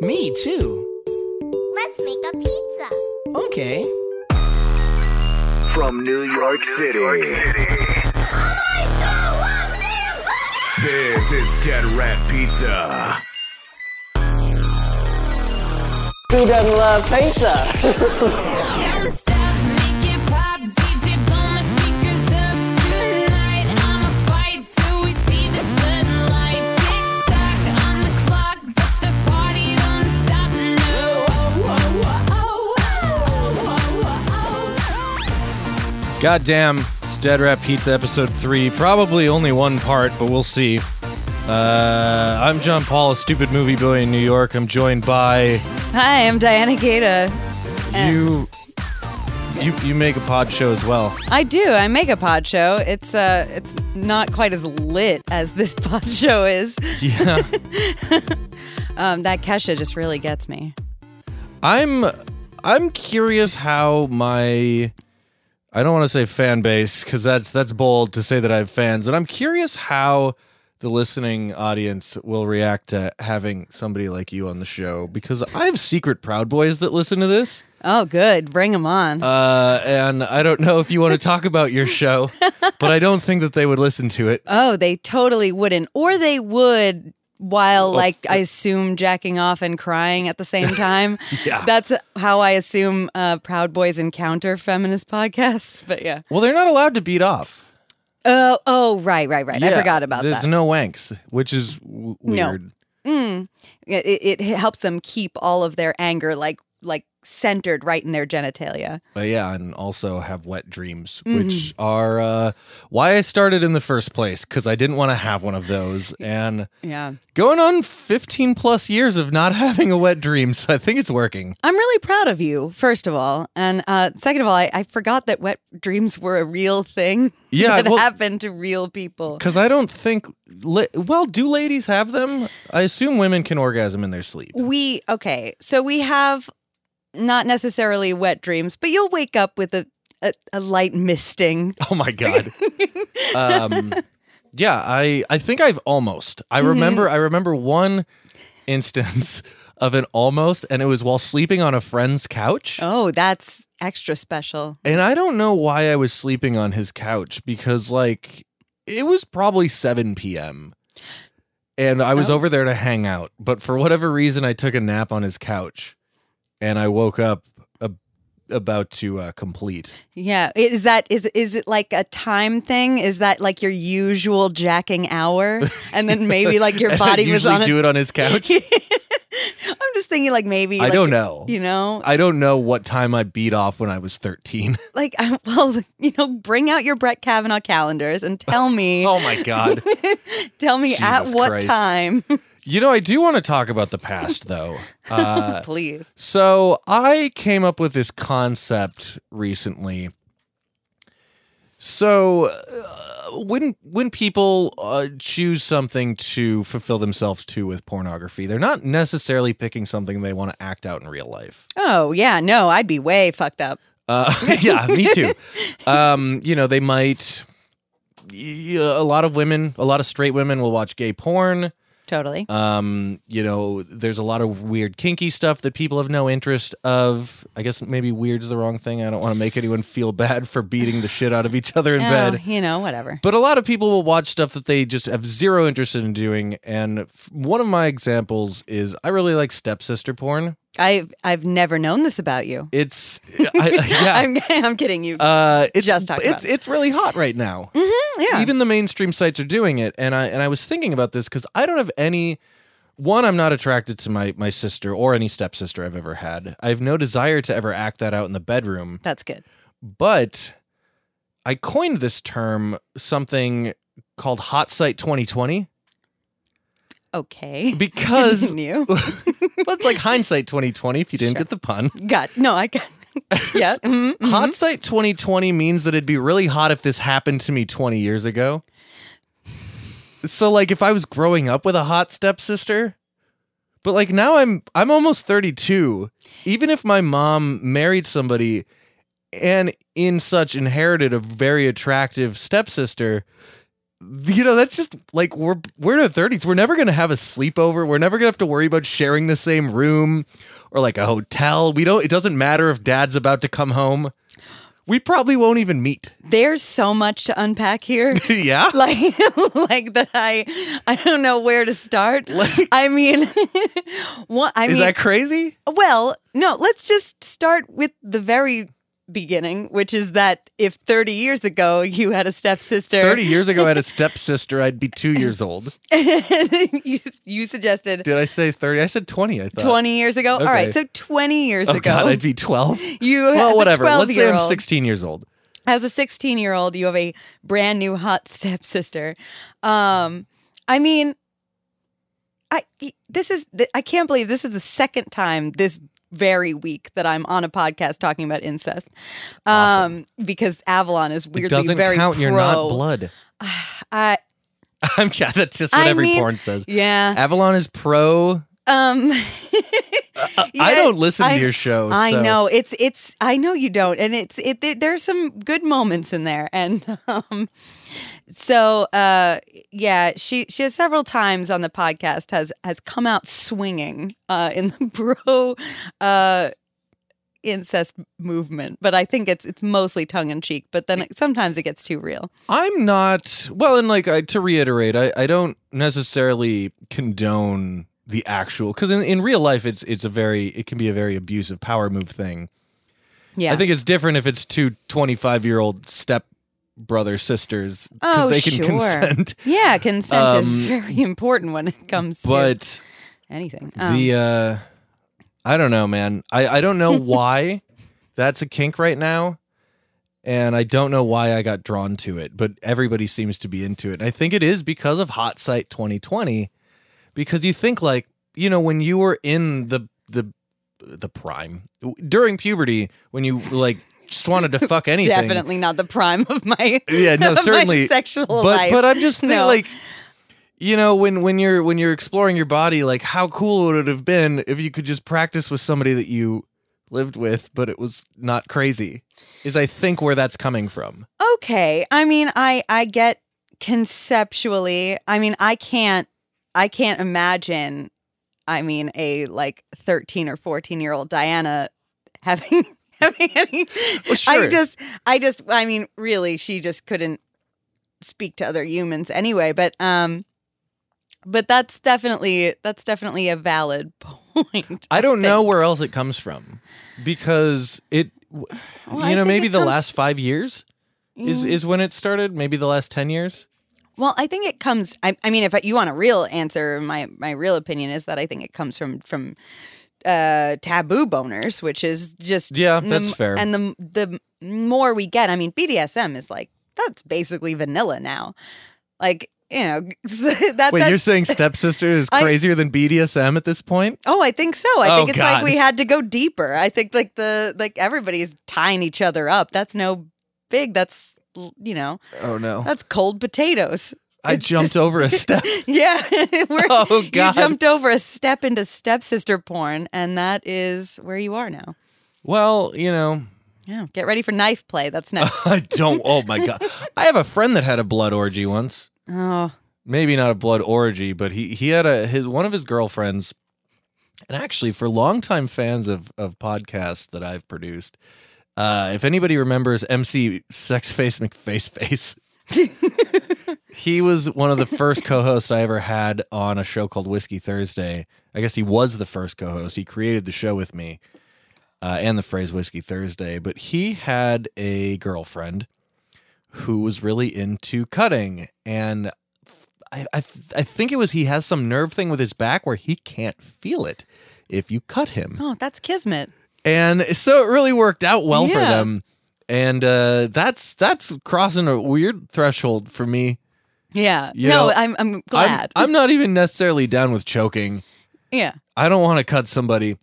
me, too. Let's make a pizza. Okay. From New York City, I so love me this is Dead Rat Pizza. Who doesn't love pizza? Don't make it pop, DJ, blow my speakers up tonight. I'ma fight till we see the sunlight. Tick tock on the clock, but the party don't stop. No, Oh, oh, Goddamn, it's Dead Rat Pizza episode three. Probably only one part, but we'll see. Uh, I'm John Paul, a stupid movie boy in New York. I'm joined by Hi, I'm Diana Gata. you. You you make a pod show as well. I do. I make a pod show. It's uh, it's not quite as lit as this pod show is. Yeah, Um, that Kesha just really gets me. I'm I'm curious how my I don't want to say fan base because that's that's bold to say that I have fans, but I'm curious how the listening audience will react to having somebody like you on the show because I have secret Proud Boys that listen to this. Oh, good. Bring them on. Uh, and I don't know if you want to talk about your show, but I don't think that they would listen to it. oh, they totally wouldn't, or they would while like uh, I assume jacking off and crying at the same time. Yeah. That's how I assume uh, Proud Boys encounter feminist podcasts. But yeah. Well, they're not allowed to beat off. Oh, oh, right, right, right. I forgot about There's that. no wanks, which is w- weird. it, it helps them keep all of their anger like like centered right in their genitalia. But yeah, and also have wet dreams, which are uh, why I started in the first place because I didn't want to have one of those. And Yeah. going on 15 plus years of not having a wet dream, so I think it's working. I'm really proud of you, first of all. And uh, second of all, I, I forgot that wet dreams were a real thing Yeah, that well- happened to real people. Because I don't think, la- well, do ladies have them? I assume women can orgasm in their sleep. We, okay, so we have not necessarily wet dreams, but you'll wake up with a, a, a light misting. Oh my god. um, yeah, I I think I've almost. I remember I remember one instance of an almost, and it was while sleeping on a friend's couch. Oh, that's extra special. And I don't know why I was sleeping on his couch because like it was probably 7 p.m. And I was Oh. over there to hang out, but for whatever reason I took a nap on his couch and I woke up ab- about to uh, complete. Yeah. Is that is is it like a time thing? Is that like your usual jacking hour? And then maybe like your And I body was usually on a- do it on his couch. I'm just thinking like maybe I like, don't know. You know? I don't know what time I beat off when I was 13. like I, well, you know, bring out your Brett Kavanaugh calendars and tell me oh my god. tell me at Jesus what Christ. time. You know, I do want to talk about the past though. Uh, Please. so I came up with this concept recently. So uh, when when people uh, choose something to fulfill themselves to with pornography, they're not necessarily picking something they want to act out in real life. Oh yeah, no, I'd be way fucked up. Uh, yeah, me too. Um, you know, they might. y- A lot of women, a lot of straight women will watch gay porn. Totally. Um, you know, there's a lot of weird kinky stuff that people have no interest of. I guess maybe weird's the wrong thing. I don't want to make anyone feel bad for beating the shit out of each other in Oh, bed. you know, whatever. But a lot of people will watch stuff that they just have zero interest in doing. And f- one of my examples is I really like stepsister porn. I've I've never known this about you. It's I, uh, yeah. I'm I'm kidding you. uh, it's Just talked it's about. it's really hot right now. yeah. Even the mainstream sites are doing it, and I and I was thinking about this because I don't have any. One, I'm not attracted to my my sister or any stepsister I've ever had. I have no desire to ever act that out in the bedroom. That's good. But I coined this term something called hot site 2020 Okay. because you well, it's like hindsight 2020 if you didn't get the pun. got no, I got yeah. mhm. Hot site 2020 means that it'd be really hot if this happened to me 20 years ago. So like if I was growing up with a hot stepsister, but like now I'm I'm almost 32. Even if my mom married somebody and in such inherited a very attractive stepsister, you know that's just like we're we're in our 30s we're never gonna have a sleepover we're never gonna have to worry about sharing the same room or like a hotel we don't it doesn't matter if dad's about to come home we probably won't even meet There's so much to unpack here. yeah like like that I I don't know where to start. Like- I mean what I is mean that crazy well, no, let's just start with the very beginning, which is that if 30 years ago you had a stepsister 30 years ago i had a stepsister i'd be two years old and you, you suggested did i say 30 i said 20 i thought 20 years ago. All right, Okay. so 20 years oh ago. god i'd be 12 you as well a whatever let's say i'm 12-year-old 16 years old as a 16 year old you have a brand new hot stepsister um i mean i this is i can't believe this is the second time this very week that i'm on a podcast talking about incest um Awesome. because avalon is weirdly it doesn't very count pro. you're not blood I, i'm yeah that's just what I every mean- porn says yeah avalon is pro um I yeah, Uh, don't listen I- to your show. I so- know it's it's I know you don't, and it's it. there- There's some good moments in there, and um, so uh, yeah, she she has several times on the podcast has has come out swinging uh, in the bro uh, incest movement, but I think it's it's mostly tongue in cheek. But then it, sometimes it gets too real. I'm not well, and like I, to reiterate, I, I don't necessarily condone the actual because in, in real life it's it's a very it can be a very abusive power move thing. Yeah, I think it's different if it's two 25 year old step brother sisters because Oh, they can sure. consent. yeah, consent Um, is very important when it comes to But anything. Um, the uh I don't know, man. I I don't know why that's a kink right now. And I don't know why I got drawn to it, but everybody seems to be into it. And I think it is because of Hot Site 2020 because you think like, you know, when you were in the the the prime during puberty when you like just wanted to fuck anything. Definitely not the prime of my Yeah, no, of my certainly. sexual but, life. But I'm just thinking, No. like, you know, when when you're when you're exploring your body, like, how cool would it have been if you could just practice with somebody that you lived with, but it was not crazy? Is I think where that's coming from. okay i mean i i get conceptually i mean i can't i can't imagine i mean a like 13 or 14 year old diana having having any Well, i sure. just i just i mean really she just couldn't speak to other humans anyway but um but that's definitely that's definitely a valid point I don't know where else it comes from because it, w Well, I you know, think maybe it the comes- Mm. last five years is is when it started. Maybe the last ten years. Well, I think it comes. I, I mean, if you want a real answer, my my real opinion is that I think it comes from from uh, taboo boners, which is just Yeah, the that's m- fair. And the the more we get, I mean, BDSM is like that's basically vanilla now. Like you know, that Wait, that- you're saying stepsister is Uh, I- crazier than BDSM at this point? Oh, I think so. I Oh, think it's God. like we had to go deeper. I think like the like everybody's tying each other up. That's no big. That's you know, Oh no, that's cold potatoes. I it's jumped just- over a step. Yeah. We're, Oh, God. You jumped over a step into stepsister porn, and that is where you are now. Well, you know, Yeah. Get ready for knife play. That's next. I don't. Oh my god! I have a friend that had a blood orgy once. oh, Maybe not a blood orgy, but he he had a his one of his girlfriends. And actually, for longtime fans of of podcasts that I've produced, uh, if anybody remembers MC Sexface McFaceface, he was one of the first co-hosts I ever had on a show called Whiskey Thursday. I guess he was the first co-host. He created the show with me. Uh, and the phrase whiskey Thursday, but he had a girlfriend who was really into cutting and I, I, I think it was he has some nerve thing with his back where he can't feel it if you cut him oh, that's kismet. and so it really worked out well for Yeah. them and uh, that's that's crossing a weird threshold for me Yeah. You no, know, I'm I'm I'm- glad. I'm not even necessarily down with choking yeah. I don't want to cut somebody.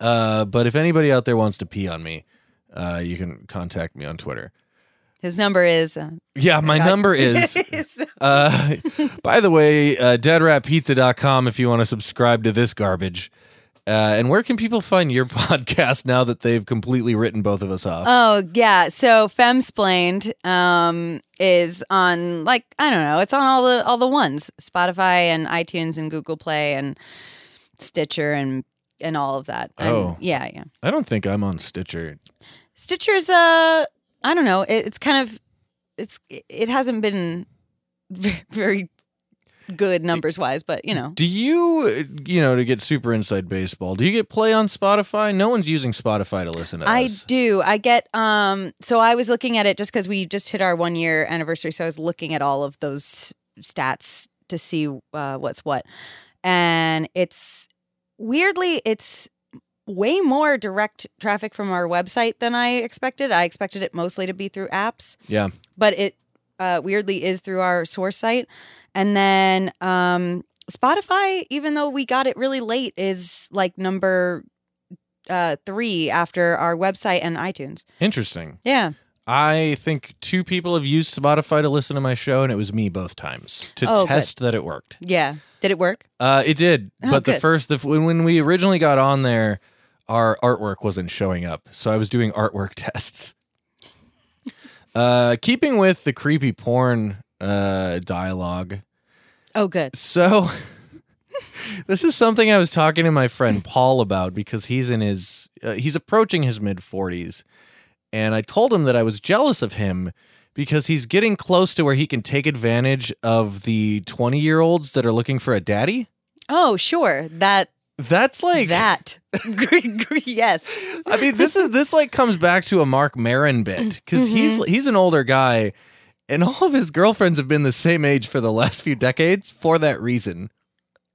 Uh, but if anybody out there wants to pee on me, uh, you can contact me on Twitter. His number is. Uh, Yeah, my number is. Uh, by the way, uh, deadratpizza.com if you want to subscribe to this garbage. Uh, and where can people find your podcast now that they've completely written both of us off? Oh yeah, so Femsplained um, is on like I don't know, it's on all the all the ones, Spotify and iTunes and Google Play and Stitcher and and all of that. And, Oh. yeah, yeah. I don't think I'm on Stitcher. Stitcher's uh, I don't know, it, it's kind of it's it hasn't been ve- very good numbers wise, but you know, Do you, uh, you know, to get super inside baseball, do you get play on Spotify? No one's using Spotify to listen to I us. do. I get um so I was looking at it just cuz we just hit our 1 year anniversary so I was looking at all of those stats to see uh, what's what. And it's weirdly it's way more direct traffic from our website than I expected. I expected it mostly to be through apps, Yeah. but it uh, weirdly is through our source site. And then um Spotify even though we got it really late is like number uh, three after our website and iTunes. Interesting. Yeah. I think two people have used Spotify to listen to my show, and it was me both times to Oh, good. test that it worked. Yeah. Did it work? Uh, it did, Oh, but the good. first the, when when we originally got on there, our artwork wasn't showing up, so I was doing artwork tests. Uh, keeping with the creepy porn uh, dialogue, Oh, good. so this is something I was talking to my friend Paul about because he's in his uh, he's approaching his mid 40s and I told him that I was jealous of him because he's getting close to where he can take advantage of the 20-year-olds that are looking for a daddy. Oh, sure. That, That's like that. Gr- gr- yes. I mean, this is this like comes back to a Mark Marin bit because he's he's an older guy, and all of his girlfriends have been the same age for the last few decades for that reason.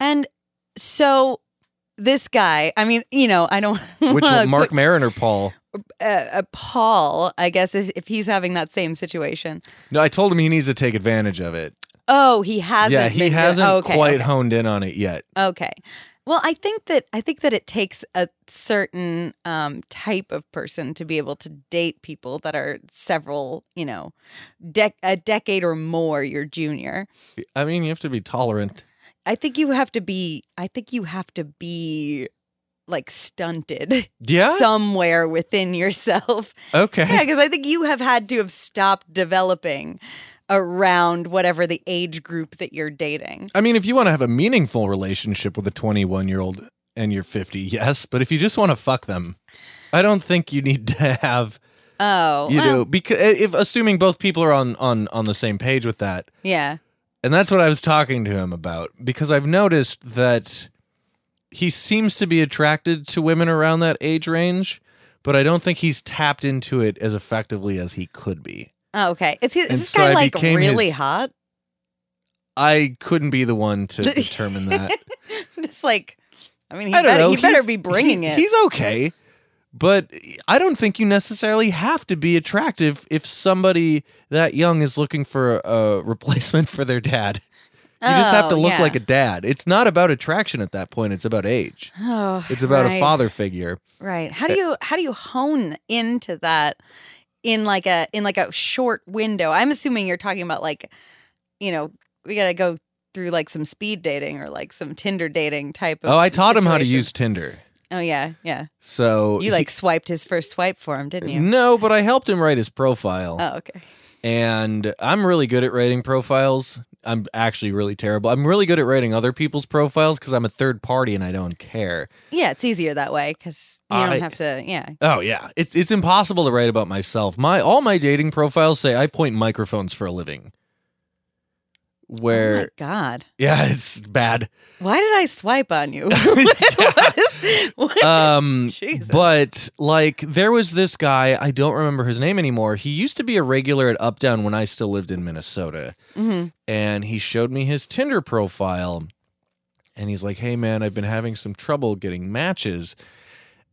And so this guy, I mean, you know, I don't. Which wanna Mark put- Marin or Paul? uh, uh, Paul, I guess, if, if he's having that same situation. No, I told him he needs to take advantage of it. Oh, he hasn't. yeah, he been doing- hasn't oh, okay, quite okay. honed in on it yet. Okay. Well, I think that I think that it takes a certain um, type of person to be able to date people that are several, you know, dec- a decade or more your junior. I mean, you have to be tolerant. I think you have to be. I think you have to be like stunted Yeah? somewhere within yourself. Okay. Yeah, because I think you have had to have stopped developing around whatever the age group that you're dating. I mean, if you want to have a meaningful relationship with a 21 year old and you're 50, yes. But if you just want to fuck them, I don't think you need to have Oh, you well, know because if assuming both people are on on on the same page with that yeah. and that's what i was talking to him about because i've noticed that he seems to be attracted to women around that age range but i don't think he's tapped into it as effectively as he could be Oh, okay. Is, he, is And this so guy I like became really his- hot? i couldn't be the one to determine that Just like, I mean, he, i don't better, know he better He's- be bringing he- it. he's okay but i don't think you necessarily have to be attractive if somebody that young is looking for a replacement for their dad You just have to Oh, look yeah. like a dad. It's not about attraction at that point. It's about age. Oh, It's about right, a father figure. Right. How do you how do you hone into that in like a in like a short window? I'm assuming you're talking about like, you know, we gotta go through like some speed dating or like some Tinder dating type of Oh, I taught him how to situation. use Tinder. Oh yeah, yeah. So You like swiped his first swipe for him, didn't he- you? no, but I helped him write his profile, Oh, okay. and I'm really good at writing profiles. I'm actually really terrible. I'm really good at writing other people's profiles because I'm a third party and I don't care. Yeah, it's easier that way because you I- don't have to. Yeah. Oh yeah, it's it's impossible to write about myself. My all my dating profiles say I point microphones for a living. Oh Where my God, yeah, it's bad. why did I swipe on you? what is, what- um Jesus. but like there was this guy i don't remember his name anymore he used to be a regular at updown when i still lived in minnesota Mhm. and he showed me his tinder profile and he's like hey man i've been having some trouble getting matches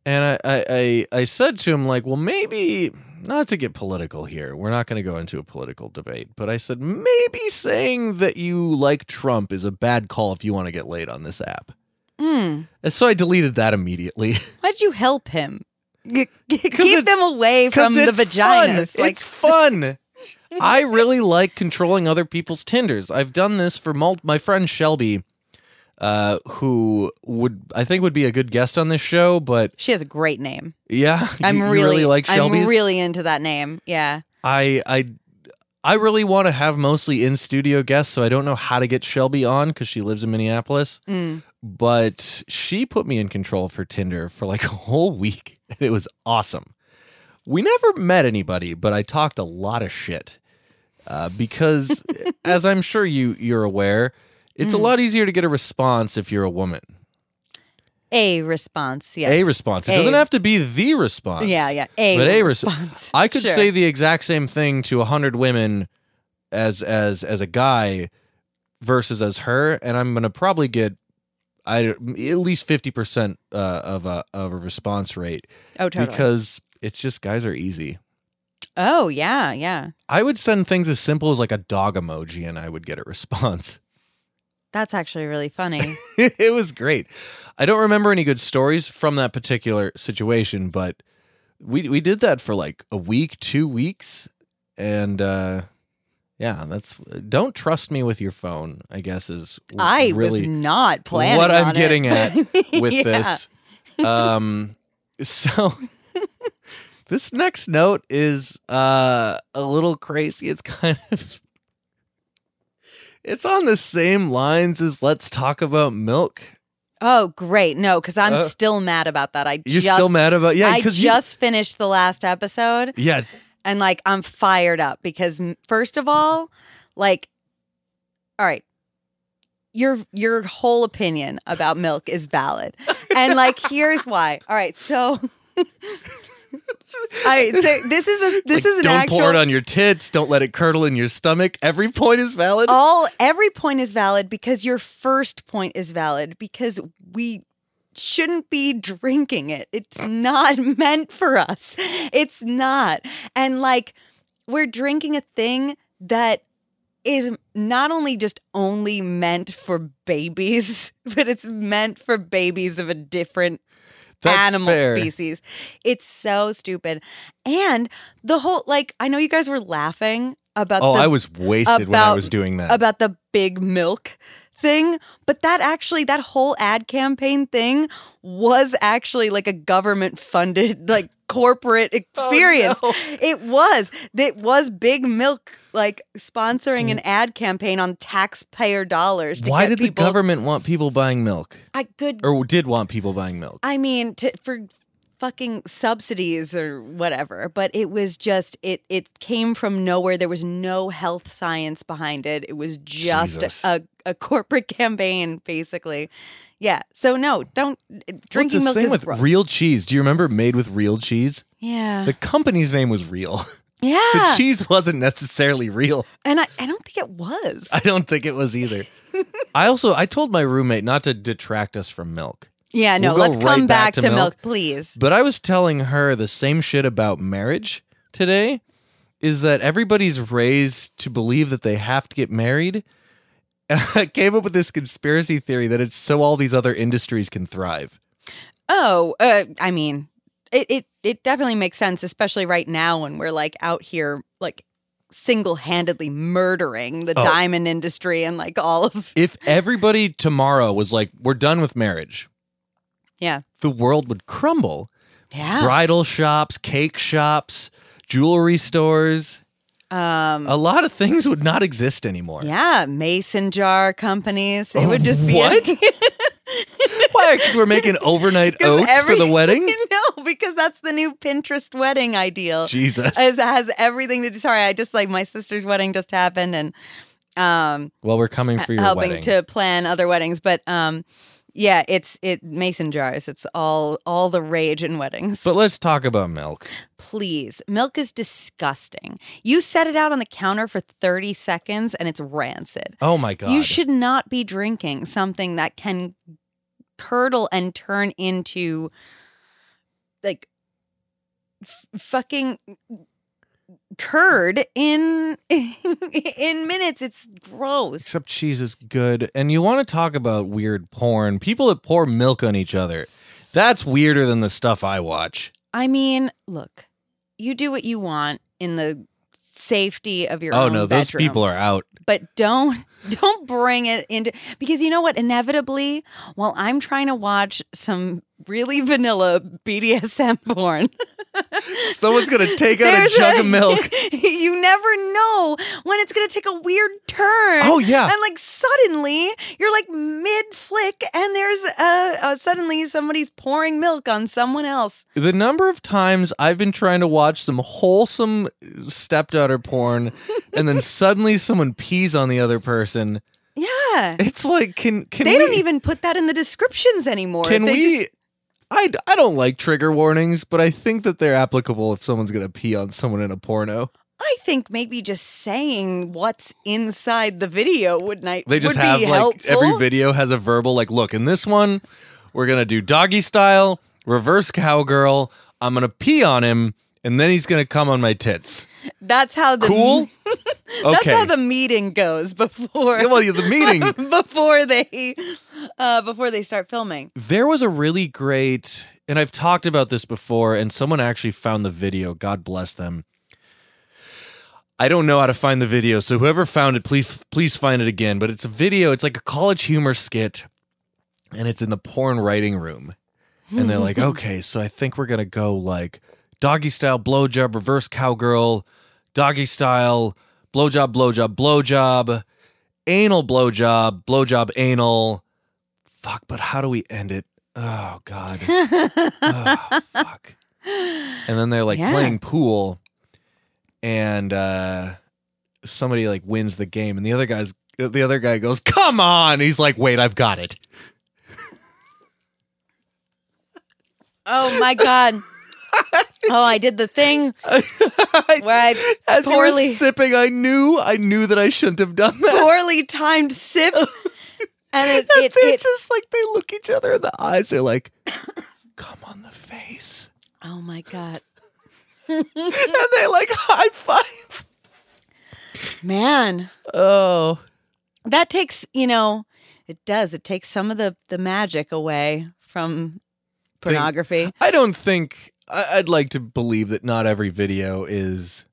and i i i, I said to him like well maybe not to get political here we're not going to go into a political debate but i said maybe saying that you like trump is a bad call if you want to get laid on this app Hmm. and so i deleted that immediately Why'd you help him? Keep it- them away from the it's vaginas. Fun. It's fun. I really like controlling other people's tinders. I've done this for mul- my friend Shelby. uh, who would I think would be a good guest on this show, but She has a great name. yeah, you- I'm you really, like Shelby's. I'm really into that name. Yeah. I I I really want to have mostly in studio guests, so I don't know how to get Shelby on because she lives in Minneapolis. Mm. But she put me in control for Tinder for like a whole week, and it was awesome. We never met anybody, but I talked a lot of shit uh, because, as I'm sure you you're aware, it's a Mm. lot easier to get a response if you're a woman. A response. Yes. A response. It A. doesn't have to be the response. Yeah, yeah. A, But a res- response. I could Sure. say the exact same thing to a hundred women as as as a guy versus as her, and I'm gonna probably get I at least fifty percent uh, of a of a response rate Oh, totally. because it's just guys are easy. oh, yeah, yeah. I would send things as simple as like a dog emoji, and I would get a response. That's actually really funny. it was great. I don't remember any good stories from that particular situation, but we we did that for like a week, two weeks, and uh, yeah, that's don't trust me with your phone. I guess is I was really not planning what I'm on it, getting at but- with Yeah. this. Um, so this next note is uh a little crazy. It's kind of it's on the same lines as let's talk about milk. Oh, great. No, because I'm Uh, still mad about that. I You're just, still mad about yeah I because you- just finished the last episode yeah and like I'm fired up because m- first of all, like all right. Your your whole opinion about milk is valid. And like here's why. All right, so All right, so this is a this like, is an don't actual pour it on your tits don't let it curdle in your stomach every point is valid all every point is valid because your first point is valid because we shouldn't be drinking it. It's not meant for us. It's not. And like we're drinking a thing that is not only just only meant for babies, but it's meant for babies of a different That's animal fair. species. It's so stupid. And the whole like I know you guys were laughing about oh the I was wasted when I about- was doing that about the big milk thing but that actually that whole ad campaign thing was actually like a government funded like corporate experience Oh, no. it was it was big milk like sponsoring an ad campaign on taxpayer dollars to Mm. why get did people, the government want people buying milk i good or did want people buying milk I mean, to, for fucking subsidies or whatever. But it was just it. It came from nowhere. There was no health science behind it. It was just Jesus. a, a corporate campaign, basically. Yeah. So no, don't What's the drinking milk same is with gross. real cheese do you remember made with real cheese yeah. the company's name was real the yeah. cheese wasn't necessarily real and I, I don't think it was. I don't think it was either I also I told my roommate not to detract us from milk yeah. No. we'll go let's come right back back, to to, milk. milk. please. But I was telling her the same shit about marriage today is that everybody's raised to believe that they have to get married. And I came up with this conspiracy theory that it's so all these other industries can thrive. Oh, uh, I mean, it, it it definitely makes sense, especially right now when we're like out here like single-handedly murdering the Oh. diamond industry and like all of If everybody tomorrow was like, we're done with marriage, yeah Ah. the world would crumble. yeah Bridal shops, cake shops, jewelry stores, um a lot of things would not exist anymore. yeah mason jar companies it Oh, would just be what? Why? Because we're making overnight oats for the wedding? no because that's the new pinterest wedding ideal Jesus. as has everything to do sorry i just like my sister's wedding just happened and um Well, we're coming for your helping wedding. to plan other weddings but um yeah it's it mason jars it's all all the rage in weddings But let's talk about milk. please milk is disgusting you set it out on the counter for 30 seconds and it's rancid Oh my god. you should not be drinking something that can curdle and turn into like f- fucking curd in in minutes it's gross Except cheese is good, and you want to talk about weird porn? People that pour milk on each other. That's weirder than the stuff I watch. I mean, look, you do what you want in the safety of your oh own no, those bedroom. people are out. but don't don't bring it into because you know what? Inevitably, while I'm trying to watch some really vanilla BDSM porn, Someone's gonna take out there's a jug of milk. you never know when it's going to take a weird turn. Oh, yeah. And like suddenly you're like mid flick and there's uh, uh suddenly somebody's pouring milk on someone else. The number of times I've been trying to watch some wholesome stepdaughter porn, and then suddenly someone pees on the other person. Yeah. It's like can can They we, don't even put that in the descriptions anymore. can They we. just- I, d- I don't like trigger warnings, but I think that they're applicable if someone's gonna pee on someone in a porno. I think maybe just saying what's inside the video would not They just would have be like helpful. every video has a verbal like, look, in this one, we're gonna do doggy style, reverse cowgirl. I'm gonna pee on him, and then he's gonna come on my tits. That's how the Cool. That's Okay. how the meeting goes before Yeah, well, yeah, the meeting. before they uh, before they start filming. There was a really great, and I've talked about this before, and someone actually found the video. God bless them. I don't know how to find the video, so whoever found it, please please find it again. But it's a video. It's like a college humor skit, and it's in the porn writing room. And they're like, okay, so I think we're gonna go like doggy style blowjob, reverse cowgirl, doggy style blowjob, blowjob, blowjob, anal blowjob, blowjob, anal. Fuck, but how do we end it? Oh god. oh, fuck. And then they're like Yeah. playing pool, and uh, somebody like wins the game, and the other guy's the other guy goes, "Come on!" He's like, "Wait, I've got it." Oh my god. oh, I did the thing where I As you poorly were sipping, I knew, I knew that I shouldn't have done that. poorly timed sip, and it it, they're it just like they look each other in the eyes. They're like, "Come on the face," oh my god, and they like high five. man, Oh, that takes you know, it does. It takes some of the the magic away from pornography. I don't think I- I'd like to believe that not every video is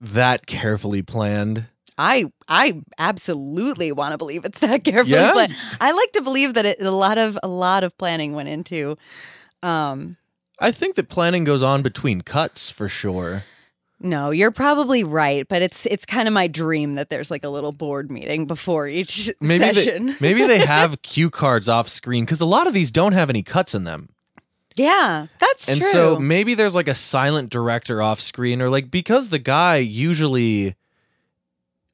that carefully planned. I I absolutely want to believe it's that carefully Yeah? planned. I like to believe that it, a lot of a lot of planning went into. Um, I think that planning goes on between cuts for sure. no, you're probably right, but it's it's kind of my dream that there's like a little board meeting before each Maybe session. they, maybe they have cue cards off screen because a lot of these don't have any cuts in them. yeah, that's and true. so maybe there's like a silent director off screen or like because the guy usually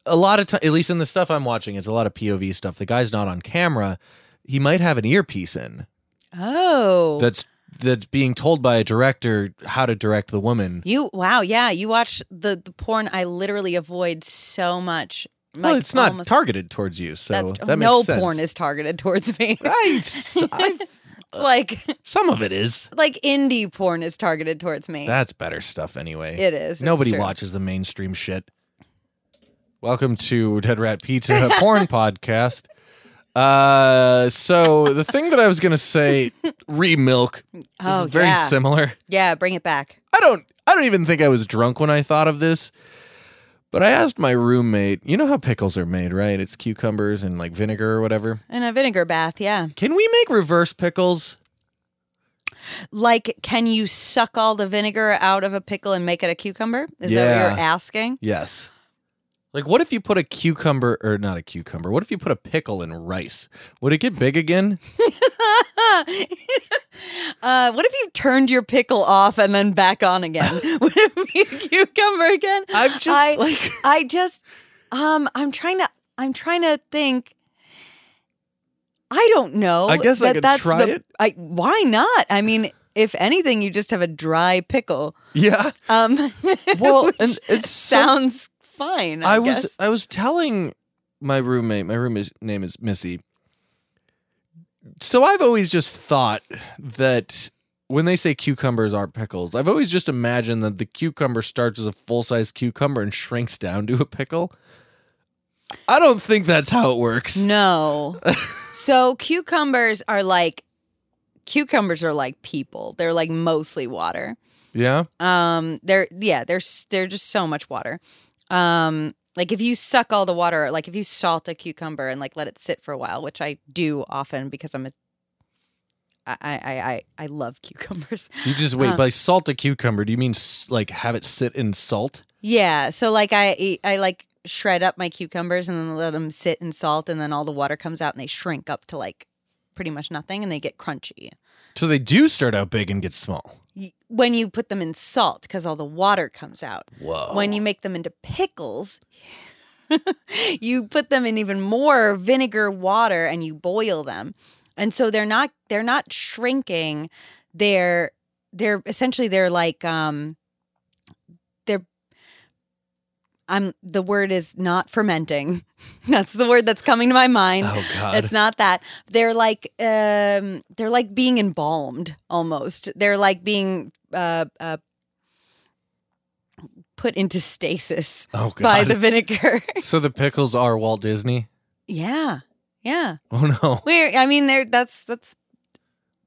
a lot of time at least in the stuff i'm watching it's a lot of pov stuff the guy's not on camera he might have an earpiece in oh, that's that's being told by a director how to direct the woman you wow, yeah, you watch the the porn I literally avoid so much. well Like, it's not almost- targeted towards you so that's that makes no sense. porn is targeted towards me. I s- I- like some of it is like indie porn is targeted towards me. that's better stuff anyway It is. It's Nobody true. watches the mainstream shit. Welcome to Dead Rat Pizza a Porn Podcast. Uh, so the thing that I was gonna say, re-milk. This Oh, is very yeah. similar. Yeah, bring it back. I don't. I don't even think I was drunk when I thought of this. But I asked my roommate. You know how pickles are made, right? It's cucumbers and like vinegar or whatever. In a vinegar bath, yeah. Can we make reverse pickles? Like, can you suck all the vinegar out of a pickle and make it a cucumber? Is that what Yeah. you're asking? Yes. Like, what if you put a cucumber or not a cucumber? What if you put a pickle in rice? Would it get big again? Uh, what if you turned your pickle off and then back on again? Would it be a cucumber again? I'm just, I, like- I just um I'm trying to I'm trying to think. I don't know. I guess I that could that's try the- it. I, why not? I mean, if anything, you just have a dry pickle. Yeah. Um, well, which and it's so- sounds fine. I, I was guess. I was telling my roommate. My roommate's name is Missy. So I've always just thought that when they say cucumbers are pickles, I've always just imagined that the cucumber starts as a full size cucumber and shrinks down to a pickle. I don't think that's how it works. No. so cucumbers are like cucumbers are like people. They're like mostly water. Yeah. Um, they're yeah, they're s- they're just so much water. Um, Like if you suck all the water, like if you salt a cucumber and like let it sit for a while, which I do often because I'm a I I I, I love cucumbers. You just wait Uh. by salt a cucumber. Do you mean s- like have it sit in salt? Yeah, so like I eat- I like shred up my cucumbers and then let them sit in salt and then all the water comes out and they shrink up to like pretty much nothing and they get crunchy. So they do start out big and get small. Y- When you put them in salt cuz all the water comes out. Whoa. When you make them into pickles, you put them in even more vinegar water and you boil them. And so they're not they're not shrinking. They're they're essentially they're like um they're I'm the word is not fermenting. that's the word that's coming to my mind. Oh God. It's not that. They're like um they're like being embalmed almost. They're like being uh uh put into stasis oh God. by the vinegar. so the pickles are Walt Disney. yeah. Yeah. Oh no. Where I mean there that's that's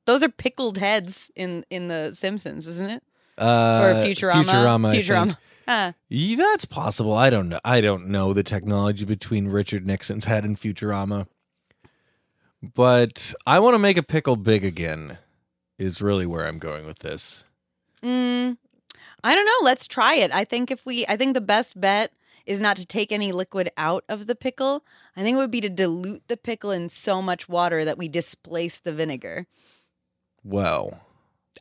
those are pickled heads in in the Simpsons, isn't it? Or Uh, Futurama. Futurama. I think. Futurama. Ah. Yeah, that's possible. I don't know. I don't know the technology between Richard Nixon's head and Futurama. But I want to make a pickle big again. Is really where I'm going with this. Mm, I don't know. Let's try it. I think if we, I think the best bet is not to take any liquid out of the pickle. I think it would be to dilute the pickle in so much water that we displace the vinegar. Wow.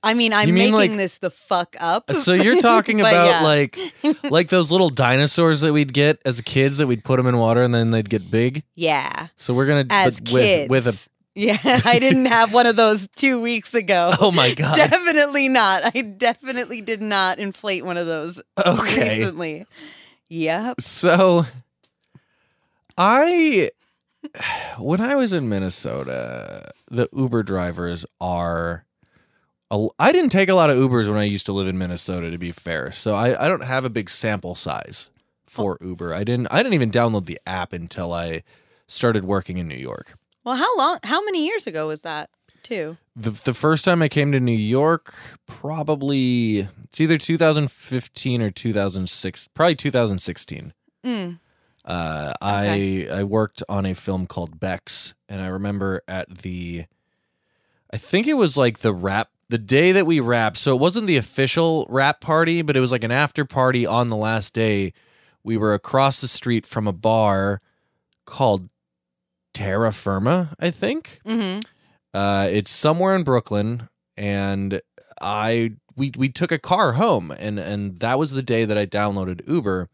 I mean, I'm You mean, making like- uh, this the fuck up. So you're talking But about yeah. like like those little dinosaurs that we'd get as kids that we'd put them in water and then they'd get big. yeah, So we're gonna as but kids. with with a yeah, I didn't have one of those two weeks ago. oh my god Definitely not. I definitely did not inflate one of those okay recently. Yep. so I when I was in Minnesota the Uber drivers are a- I didn't take a lot of Ubers when I used to live in Minnesota to be fair so I I don't have a big sample size for Uber I didn't I didn't even download the app until I started working in New York Well, how long? How many years ago was that? Too. the the first time I came to New York, probably it's either 2015 or 2006, probably 2016. Mm. Uh, Okay. I I worked on a film called Bex, and I remember at the, I think it was like the rap the day that we wrapped. So it wasn't the official rap party, but it was like an after party on the last day. We were across the street from a bar called Terra Firma, I think. Mm-hmm. Uh, it's somewhere in Brooklyn, and I we we took a car home, and and that was the day that I downloaded Uber.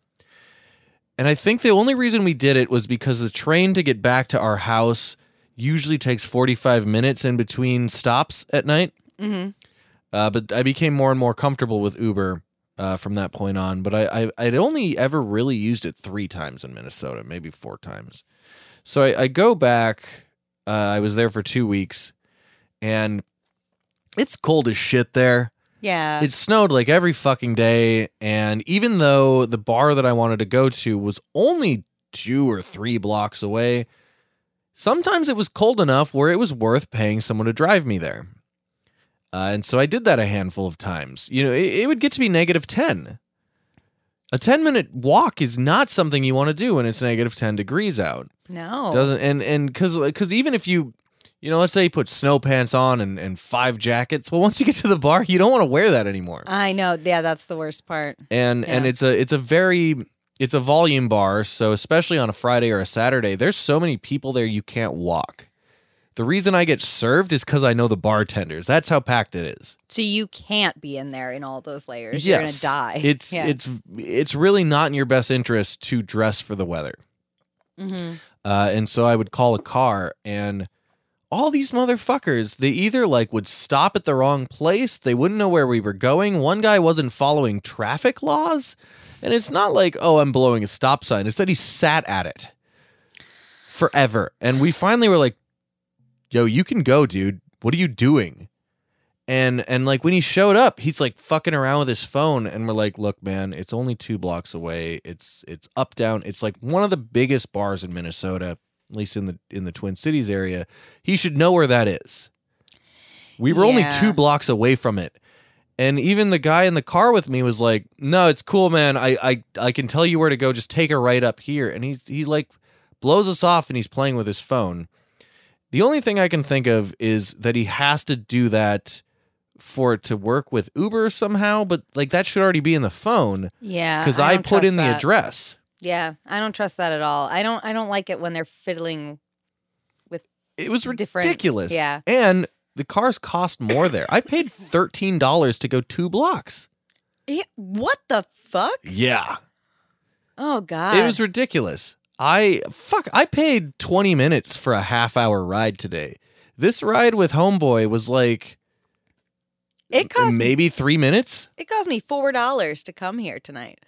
And I think the only reason we did it was because the train to get back to our house usually takes forty five minutes in between stops at night. Mm-hmm. Uh, but I became more and more comfortable with Uber. Uh, from that point on, but I, I I'd only ever really used it three times in Minnesota, maybe four times. So I, I go back. Uh, I was there for two weeks, and it's cold as shit there. Yeah. It snowed like every fucking day, and even though the bar that I wanted to go to was only two or three blocks away, sometimes it was cold enough where it was worth paying someone to drive me there. Uh, and so I did that a handful of times. You know, it, it would get to be negative 10. A 10 minute walk is not something you want to do when it's negative 10 degrees out no. doesn't and and because because even if you you know let's say you put snow pants on and and five jackets well once you get to the bar you don't want to wear that anymore I know. Yeah, that's the worst part. and and yeah. it's a it's a very it's a volume bar so especially on a friday or a saturday there's so many people there you can't walk the reason i get served is because i know the bartenders that's how packed it is So you can't be in there in all those layers. yes You're gonna die. it's Yeah. it's it's really not in your best interest to dress for the weather Mhm. uh, and so I would call a car, and all these motherfuckers, they either like would stop at the wrong place, they wouldn't know where we were going. One guy wasn't following traffic laws, and it's not like, oh, I'm blowing a stop sign. Instead, he sat at it forever, and we finally were like, "Yo, you can go, dude. What are you doing?" And and like when he showed up, he's like fucking around with his phone, and we're like, "Look, man, it's only two blocks away. It's it's up down. It's like one of the biggest bars in Minnesota, at least in the in the Twin Cities area. He should know where that is. We were only Yeah. two blocks away from it, And even the guy in the car with me was like, "No, it's cool, man. I I I can tell you where to go. Just take her right up here." And he's he like blows us off and he's playing with his phone. The only thing I can think of is that he has to do that for it to work with Uber somehow, but like that should already be in the phone Yeah. because I, don't put trust in the that. address. Yeah, I don't trust that at all. I don't. I don't like it when they're fiddling. It was Different- ridiculous. yeah. And the cars cost more there. I paid $13 to go two blocks. Eh, What the fuck? Yeah. Oh god. It was ridiculous. I fuck, I paid 20 minutes for a half hour ride today. This ride with Homeboy was like It cost me. maybe 3 minutes? It cost me four dollars to come here tonight.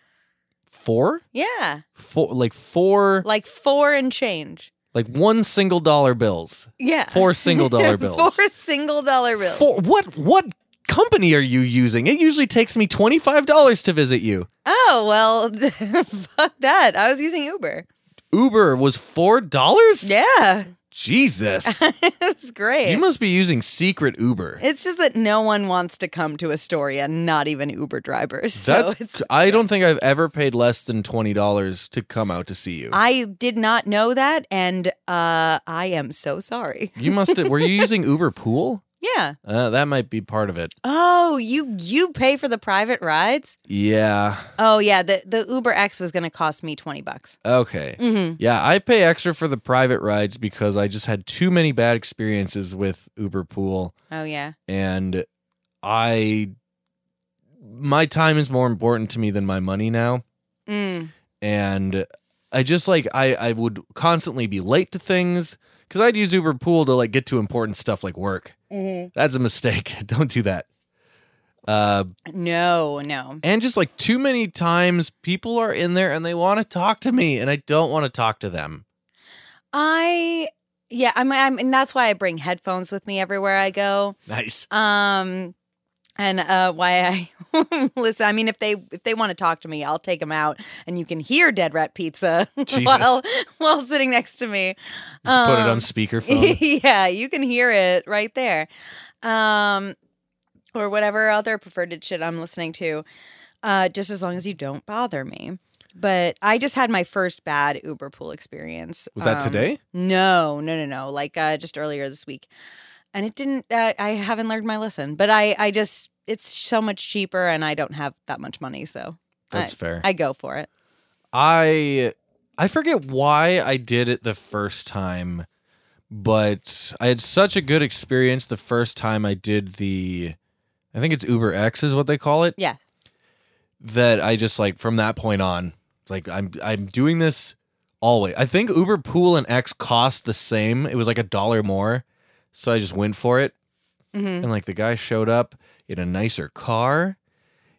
4? Yeah, 4 like 4 like four and change. like one single dollar bills. Yeah, Four single dollar bills. four single dollar bills. For what what company are you using? It usually takes me twenty five dollars to visit you. Oh well, fuck that. I was using Uber. Uber was four dollars. Yeah, Jesus, it was great. you must be using secret Uber. it's just that no one wants to come to Astoria, not even Uber drivers. So That's it's, I don't think I've ever paid less than twenty dollars to come out to see you. I did not know that, and uh, I am so sorry. you must have, were you using Uber Pool? Yeah. Uh, that might be part of it. Oh, you you pay for the private rides? Yeah. Oh yeah, the the Uber X was going to cost me twenty bucks. Okay. Mm-hmm. Yeah, I pay extra for the private rides because I just had too many bad experiences with Uber Pool. Oh yeah. and I my time is more important to me than my money now Mm. and I just like I I would constantly be late to things cuz I'd use Uber Pool to like get to important stuff like work. Mm-hmm. That's a mistake. Don't do that. Uh No, no. and just like too many times people are in there and they want to talk to me and I don't want to talk to them. I yeah, I'm, I'm and that's why I bring headphones with me everywhere I go. Nice. Um and uh why I listen, I mean if they if they want to talk to me, I'll take them out and you can hear Dead Rat Pizza Jesus. while while sitting next to me. Just put it Um, on speakerphone. yeah, you can hear it right there. Um or whatever other preferred shit I'm listening to. Uh just as long as you don't bother me. But I just had my first bad Uber pool experience. Was that Um, today? No, no, no, no. Like uh just earlier this week. And it didn't uh, I haven't learned my lesson, but I I just it's so much cheaper and I don't have that much money, so That's fair. I go for it. I I forget why I did it the first time, but I had such a good experience the first time I did the I think it's Uber X is what they call it. Yeah. That I just like from that point on, it's like I'm I'm doing this always. I think Uber Pool and X cost the same. It was like a dollar more. So I just went for it. Mhm. And like the guy showed up in a nicer car.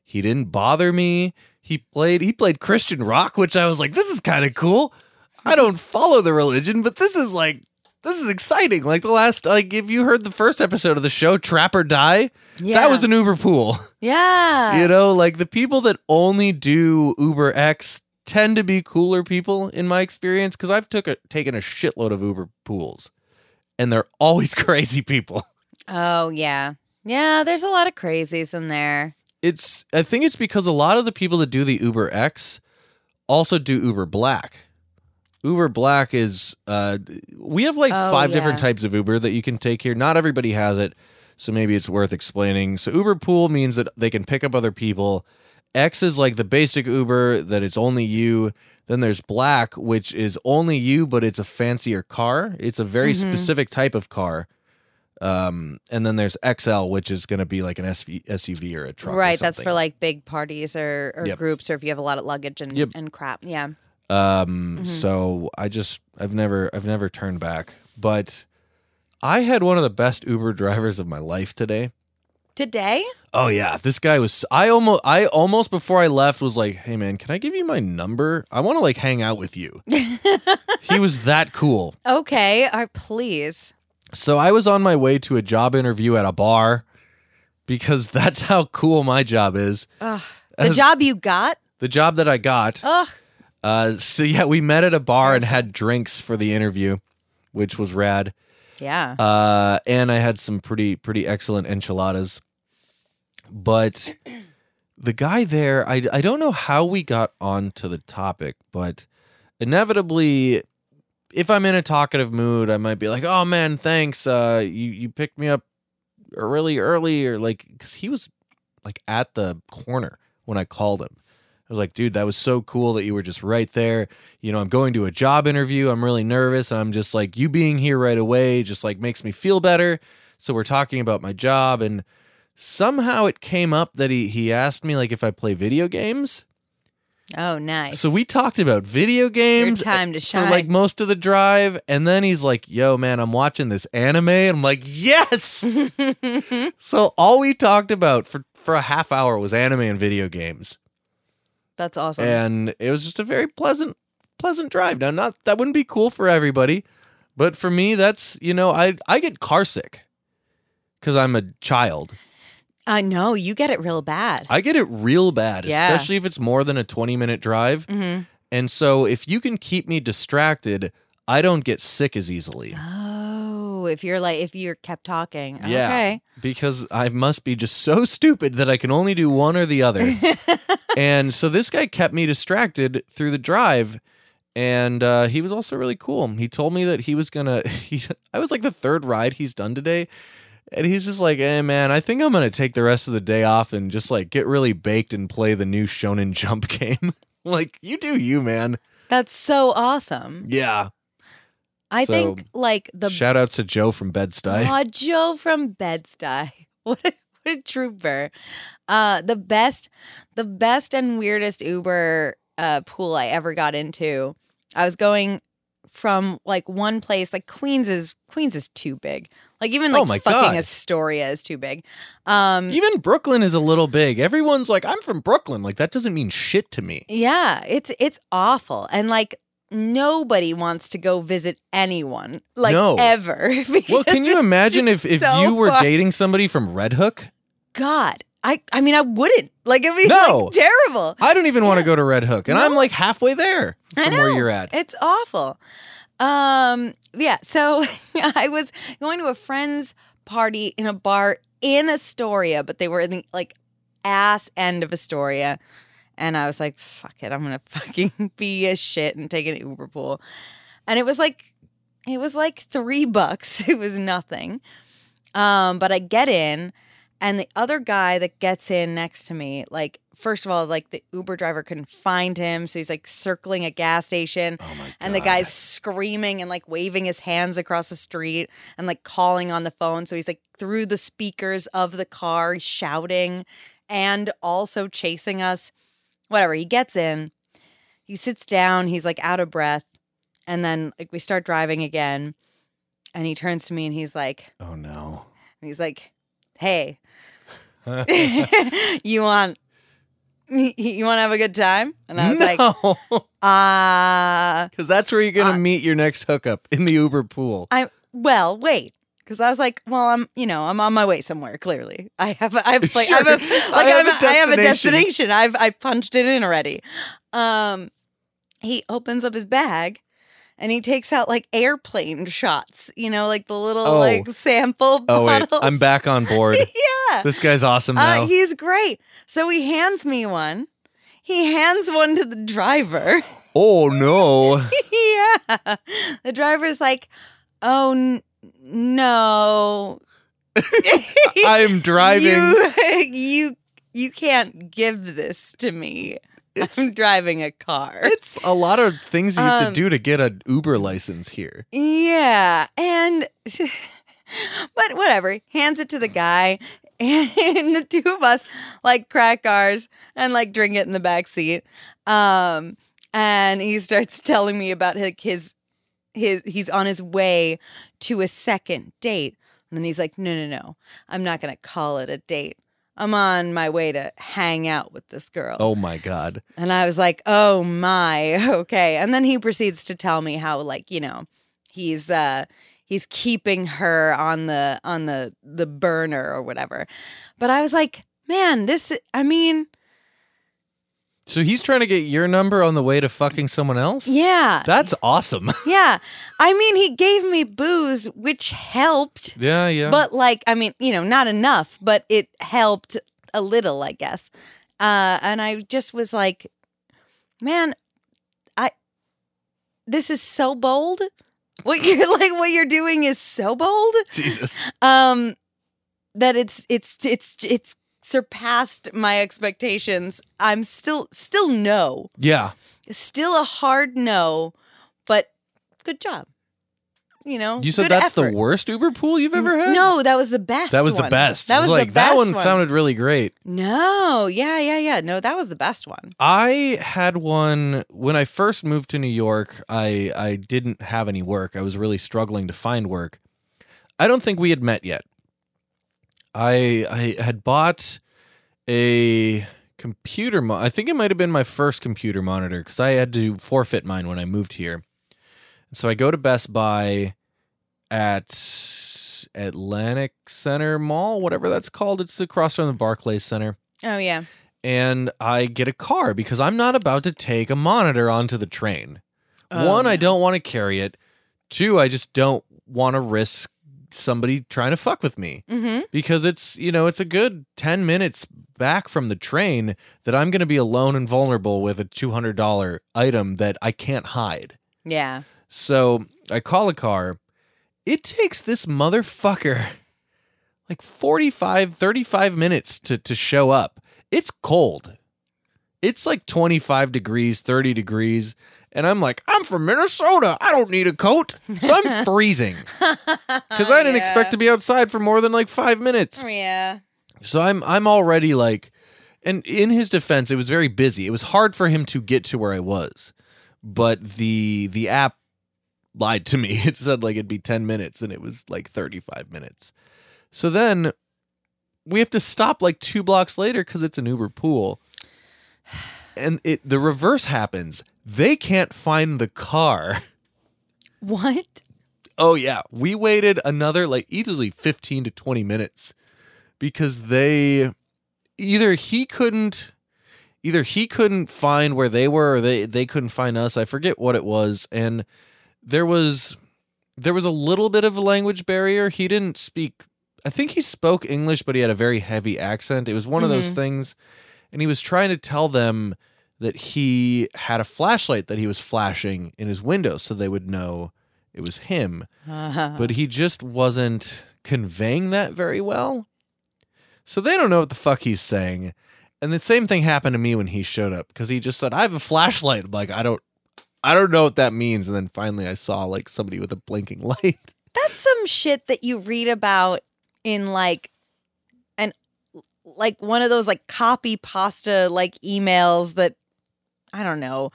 He didn't bother me. He played he played Christian rock, which I was like, this is kind of cool. I don't follow the religion, but this is like this is exciting. Like the last like if you heard the first episode of the show Trap or Die, Yeah. that was an Uber pool. Yeah. you know, like the people that only do Uber X tend to be cooler people in my experience cuz I've took a, taken a shitload of Uber pools and they're always crazy people. Oh yeah. Yeah, there's a lot of crazies in there. it's I think it's because a lot of the people that do the Uber X also do Uber Black. Uber Black is uh we have like Oh, five different yeah. types of Uber that you can take here. Not everybody has it, so maybe it's worth explaining. So Uber Pool means that they can pick up other people. X is like the basic Uber that it's only you. Then there's Black, which is only you, but it's a fancier car. It's a very Mhm. specific type of car. Um, and then there's XL, which is going to be like an SV, SUV or a truck. or right, that's for something. like big parties or, or Yep. groups or if you have a lot of luggage and, Yep. and crap. Yeah. Um, Mhm. so I just I've never I've never turned back. But I had one of the best Uber drivers of my life today. Today? Oh yeah, this guy was I almost I almost before I left was like, "Hey man, can I give you my number? I want to like hang out with you." he was that cool. Okay. Or please. So I was on my way to a job interview at a bar because that's how cool my job is. Ugh. The Uh, job you got? The job that I got Ugh. Uh, so yeah, we met at a bar and had drinks for the interview, which was rad. Yeah. Uh, and I had some pretty pretty excellent enchiladas. but the guy there, I, I don't know how we got onto the topic, but inevitably, if I'm in a talkative mood, I might be like, "Oh man, thanks. Uh, you you picked me up really early," or like, because he was like at the corner when I called him. I was like, dude, that was so cool that you were just right there. You know, I'm going to a job interview. I'm really nervous. And I'm just like, you being here right away just like makes me feel better. So we're talking about my job. And somehow it came up that he, he asked me like if I play video games. Oh, nice. So we talked about video games time to for like shine. most of the drive. And then he's like, yo, man, I'm watching this anime. And I'm like, yes. so all we talked about for, for a half hour was anime and video games That's awesome. and it was just a very pleasant pleasant drive now not that wouldn't be cool for everybody but for me that's you know i i get car sick because i'm a child I know you get it real bad. i get it real bad Yeah. especially if it's more than a 20 minute drive Mhm. and so if you can keep me distracted i don't get sick as easily Uh-huh. Oh, if you're like if you're kept talking, yeah okay. because i must be just so stupid that i can only do one or the other and so this guy kept me distracted through the drive and uh, he was also really cool he told me that he was gonna he, i was like the third ride he's done today and he's just like hey man i think i'm gonna take the rest of the day off and just like get really baked and play the new shonen jump game like you do you man That's so awesome. yeah I So, think like the shout outs to joe from bed-stuy Aw, Joe from Bed-Stuy. What a, what a trooper. Uh, the best, the best and weirdest Uber uh, pool I ever got into. I was going from like one place, like Queens is Queens is too big. Like even Oh like my fucking God. Astoria is too big. Um, Even Brooklyn is a little big. Everyone's like, I'm from Brooklyn. Like, that doesn't mean shit to me. Yeah, it's it's awful. And like nobody wants to go visit anyone like No. ever. Well, can you because imagine if, if so you were far. dating somebody from Red Hook? God, I I mean I wouldn't. Like it would be No. like, terrible. I don't even want to go to Red Hook. And I'm like halfway there I from where know. you're at. It's awful. Um yeah, so I was going to a friend's party in a bar in Astoria, but they were in the like ass end of Astoria. And I was like, fuck it, I'm gonna fucking be a shit and take an Uber pool. And it was like it was like three bucks. It was nothing. Um, but I get in and the other guy that gets in next to me, like, first of all, like the Uber driver couldn't find him. So he's like circling a gas station. Oh my God. And the guy's screaming and like waving his hands across the street and like calling on the phone. So he's like through the speakers of the car shouting and also chasing us. Whatever. He gets in, he sits down, he's like out of breath. And then like we start driving again. And he turns to me and he's like, Oh no. and he's like, "Hey, you want you want to have a good time?" And I was like, no. "Ah, Because that's where you're going to Uh, meet your next hookup in the Uber pool. I well, wait." Because I was like, well, I'm, you know, I'm on my way somewhere. Clearly, I have, a- I have, like, I have, a, Sure. like, I have, a, I have a destination. destination. I've, I punched it in already. Um, he opens up his bag, and he takes out like airplane shots. You know, like the little Oh. like sample Oh, wait. bottles. I'm back on board. yeah. This guy's awesome now. Uh, he's great. So he hands me one. He hands one to the driver. oh no. yeah. The driver's like, oh, n- no. I'm driving. You, you, you can't give this to me. It's- I'm driving a car. It's a lot of things you have Um, to do to get an Uber license here. Yeah, and but whatever. Hands it to the guy, and the two of us like crack ours and like drink it in the back seat. Um, and he starts telling me about like his his he's on his way to a second date, and then he's like, "No, no, no, I'm not gonna call it a date. I'm on my way to hang out with this girl." Oh my God. And I was like, "Oh my, okay." And then he proceeds to tell me how like, you know, he's uh he's keeping her on the on the the burner or whatever. But I was like, "Man, this i- I mean, So he's trying to get your number on the way to fucking someone else? yeah. That's awesome. Yeah. I mean, he gave me booze which helped, yeah, yeah. but like, I mean, you know, not enough, but it helped a little, I guess. Uh, and I just was like, man, I this is so bold. What you're like, what you're doing is so bold Jesus. um that it's it's it's it's surpassed my expectations i'm still still no Yeah. still a hard no but good job you know You said good that's effort. the worst Uber pool you've ever had? no that was the best That was the one. best. that It was, like the best that one, sounded really great. no yeah yeah yeah no that was the best one I had one when I first moved to New York. I I didn't have any work. I was really struggling to find work. I don't think we had met yet. I I had bought a computer mo- I think it might have been my first computer monitor cuz I had to forfeit mine when I moved here. So I go to Best Buy at Atlantic Center Mall, whatever that's called. It's across from the Barclays Center oh yeah and I get a car because I'm not about to take a monitor onto the train. Oh, One, I no. don't want to carry it. Two, I just don't want to risk somebody trying to fuck with me mm-hmm because it's, you know, it's a good 10 minutes back from the train that I'm going to be alone and vulnerable with a $200 item that I can't hide. yeah So I call a car. It takes this motherfucker like 45, 35 minutes to, to show up. It's cold. It's like 25 degrees, 30 degrees. And I'm like, I'm from Minnesota. I don't need a coat. So I'm freezing because Oh, I didn't expect to be outside for more than like five minutes. yeah So I'm I'm already like and in his defense it was very busy. It was hard for him to get to where I was. But the the app lied to me. It said like it'd be 10 minutes and it was like 35 minutes. So then we have to stop like 2 blocks later cuz it's an Uber pool. And it the reverse happens. They can't find the car. what Oh yeah, we waited another like easily 15 to 20 minutes because they either he couldn't either he couldn't find where they were or they they couldn't find us. I forget what it was and there was there was a little bit of a language barrier. He didn't speak I think he spoke English but he had a very heavy accent. It was one of those things and he was trying to tell them that he had a flashlight that he was flashing in his window so they would know it was him but he just wasn't conveying that very well. So they don't know what the fuck he's saying. And the same thing happened to me when he showed up because he just said, "I have a flashlight." I'm like, I don't, I don't know what that means. And then finally, I saw like somebody with a blinking light. That's some shit that you read about in like an like one of those like copy pasta like emails that I don't know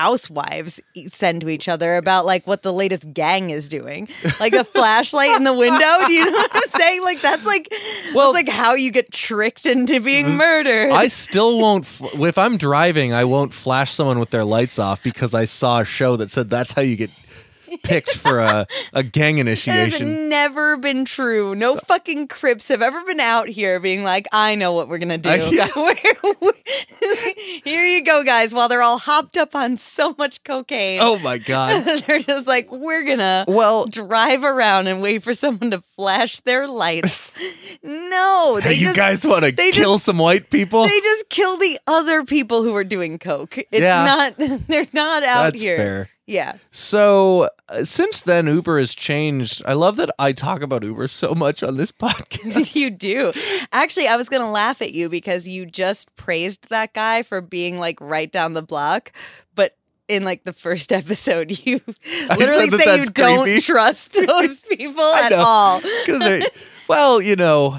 housewives e- send to each other about like what the latest gang is doing like the flashlight in the window do you know what i'm saying like that's like well Well- that's like how you get tricked into being murdered I still won't. Fl- if I'm driving, I won't flash someone with their lights off because I saw a show that said that's how you get picked for a, a gang that has initiation. never been true. No fucking Crips have ever been out here being like, I know what we're going to do. Uh, yeah. We're- we're- here you go, guys, while they're all hopped up on so much cocaine. Oh my god! they're just like, we're going to Well, drive around and wait for someone to flash their lights. no. They you just, guys want to they kill just- some white people? They just kill the other people who are doing coke. It's Yeah. not, they're not out That's here. fair. Yeah. So uh, since then, Uber has changed. I love that I talk about Uber so much on this podcast. you do. Actually, I was going to laugh at you because you just praised that guy for being like right down the block, but in like the first episode, you literally said that say you that's don't creepy. trust those people at know. Uh, all. 'Cause they- well, you know,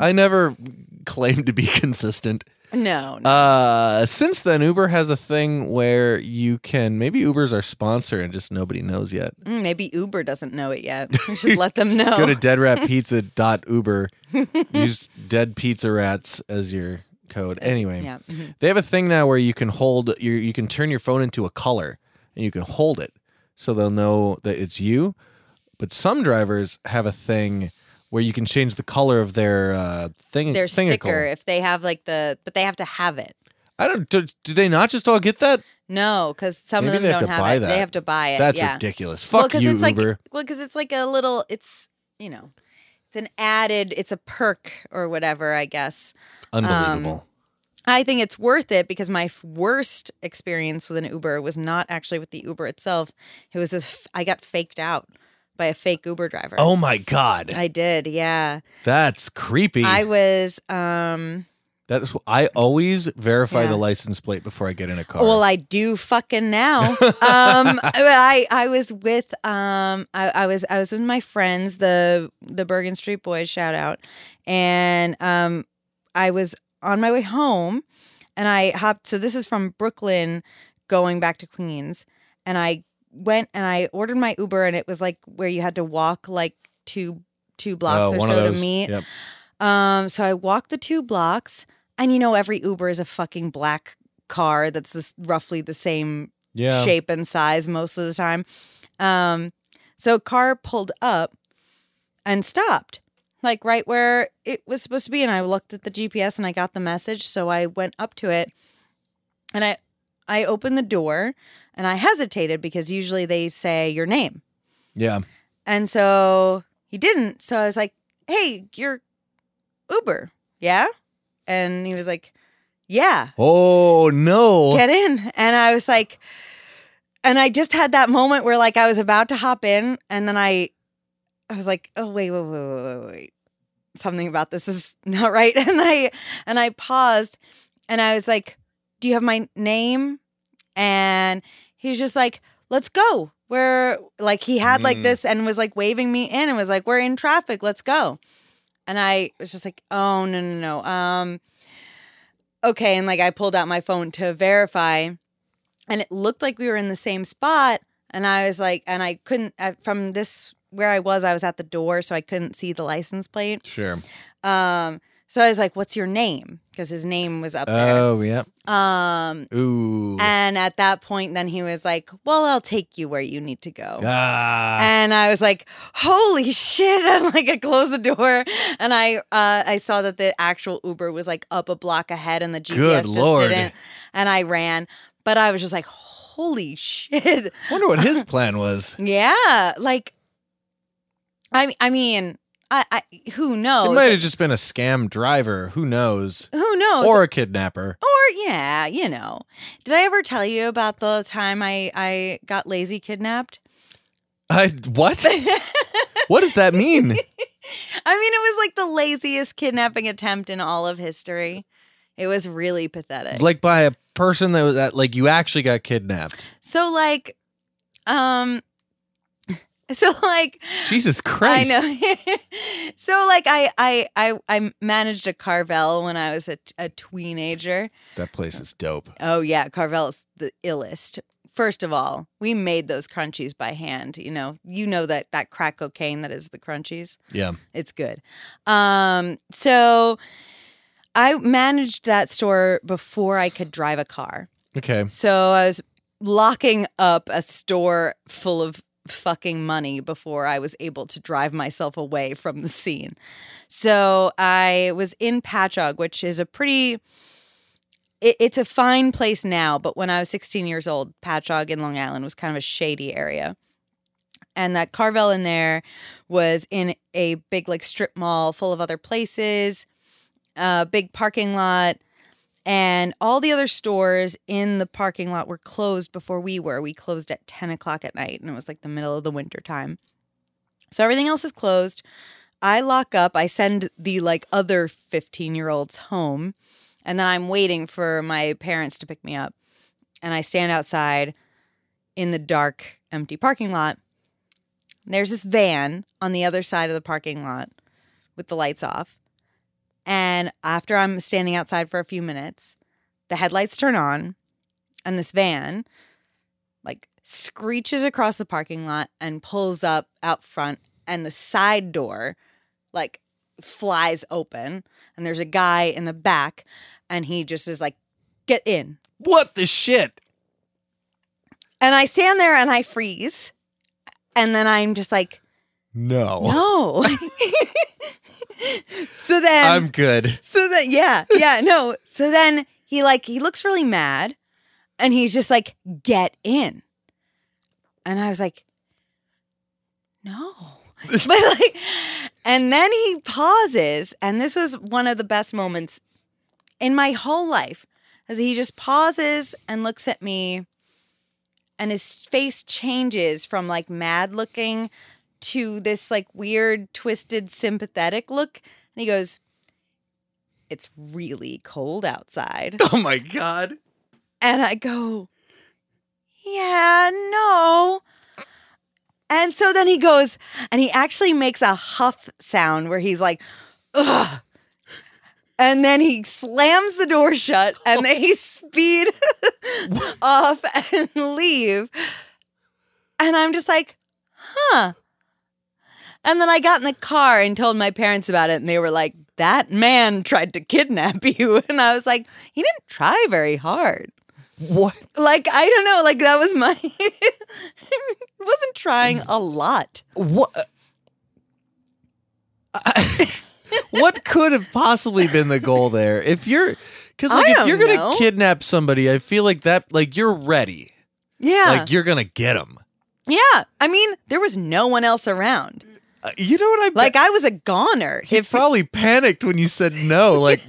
I never claim to be consistent. No, no. Uh, since then, Uber has a thing where you can maybe Uber's our sponsor and just nobody knows yet. Mm, maybe Uber doesn't know it yet. We should let them know. Go to deadratpizza.uber. Use dead pizza rats as your code. Anyway, yeah. mhm. They have a thing now where you can hold your you can turn your phone into a color and you can hold it so they'll know that it's you. But some drivers have a thing where you can change the color of their uh, thing Their thingicle. sticker, if they have like the, but they have to have it. I don't do, do they not just all get that? No, because some Maybe of they them have don't to have buy it. They that. have to buy it. That's yeah. ridiculous. Well, Fuck 'cause you, it's like, Uber. Well, because it's like a little, it's you know, it's an added, it's a perk or whatever, I guess. Unbelievable. um, I think it's worth it because my f- worst experience with an Uber was not actually with the Uber itself. It was this, f- I got faked out by a fake Uber driver. oh my god, I did, yeah. that's creepy. I was, um, that's I always verify Yeah. the license plate before I get in a car. Well, I do fucking now. um, but I I was with um I, I was I was with my friends the the Bergen Street Boys shout out, and um I was on my way home, and I hopped. So this is from Brooklyn, going back to Queens, and I went and I ordered my Uber, and it was like where you had to walk like two two blocks Oh, or one of so to those. meet. Yep. Um, so I walked the two blocks, and you know, every Uber is a fucking black car that's this, roughly the same Yeah. shape and size most of the time. Um, so a car pulled up and stopped, like right where it was supposed to be. And I looked at the GPS and I got the message. So I went up to it and I, I opened the door and I hesitated because usually they say your name. Yeah. And so he didn't. So I was like, hey, you're Uber. Yeah. And he was like, yeah, Oh no. get in. And I was like, and I just had that moment where like I was about to hop in and then I, I was like, oh, wait, wait, wait, wait, wait, wait. Something about this is not right. And I, and I paused and I was like, do you have my name? And he was just like, let's go. We're like, he had like Mm. this and was like waving me in and was like, we're in traffic. Let's go. And I was just like, oh, no, no, no. Um, okay. And like, I pulled out my phone to verify and it looked like we were in the same spot. And I was like, and I couldn't, I- from this, where I was, I was at the door, so I couldn't see the license plate. sure. Um, so I was like, what's your name? Because his name was up there. Oh yeah. Um, Ooh. and at that point, then he was like, Well, I'll take you where you need to go. ah. And I was like, Holy shit. And like, I closed the door and I uh, I saw that the actual Uber was like up a block ahead and the GPS Good just Lord. didn't. And I ran. But I was just like, Holy shit. Wonder what his plan was. Yeah. Like, I, I mean, I, I who knows? it might have just been a scam driver. Who knows? who knows? Oh. Or a kidnapper. Or yeah, you know. Did I ever tell you about the time I I got lazy kidnapped? I what? what does that mean? I mean, it was like the laziest kidnapping attempt in all of history. It was really pathetic. like by a person that was that like you actually got kidnapped. so like um so like Jesus Christ. I know. so like I I I I managed a Carvel when I was a, a teenager. That place is dope. Oh yeah, Carvel's the illest. First of all, we made those crunchies by hand. You know, you know that that crack cocaine that is the crunchies. Yeah. It's good. Um, so I managed that store before I could drive a car. Okay. So I was locking up a store full of fucking money before I was able to drive myself away from the scene. So I was in Patchogue, which is a pretty it, it's a fine place now, but when I was 16 years old, Patchogue in Long Island was kind of a shady area. And that Carvel in there was in a big like strip mall full of other places, a big parking lot, and all the other stores in the parking lot were closed before we were. We closed at 10 o'clock at night, and it was like the middle of the winter time. So everything else is closed. I lock up, I send the like other 15 year olds home, and then I'm waiting for my parents to pick me up. And I stand outside in the dark, empty parking lot. There's this van on the other side of the parking lot with the lights off. And after I'm standing outside for a few minutes, the headlights turn on, and this van like screeches across the parking lot and pulls up out front, and the side door like flies open, and there's a guy in the back, and he just is like, "Get in!" What the shit? And I stand there and I freeze, and then I'm just like, No. "No." so then I'm good. So then, yeah, yeah, no. So then he like he looks really mad, and he's just like, "Get in," and I was like, "No," but like, And then he pauses, and this was one of the best moments in my whole life. As he just pauses and looks at me, and his face changes from like mad looking to this like weird, twisted, sympathetic look. And he goes, It's really cold outside. Oh my god. And I go, Yeah, no. And so then he goes, and he actually makes a huff sound where he's like, ugh. And then he slams the door shut and they speed off and leave. And I'm just like, huh. And then I got in the car and told my parents about it, and they were like, that man tried to kidnap you. And I was like, he didn't try very hard What? like I don't know, like that was my I wasn't trying a lot. What? uh, I- what could have possibly been the goal there? If you're, because I Like if don't you're gonna know. kidnap somebody, I feel like that like you're ready. Yeah. Like you're gonna get them. yeah. I mean, there was no one else around. Uh, you know what I Like I was a goner. he probably panicked when you said no. Like,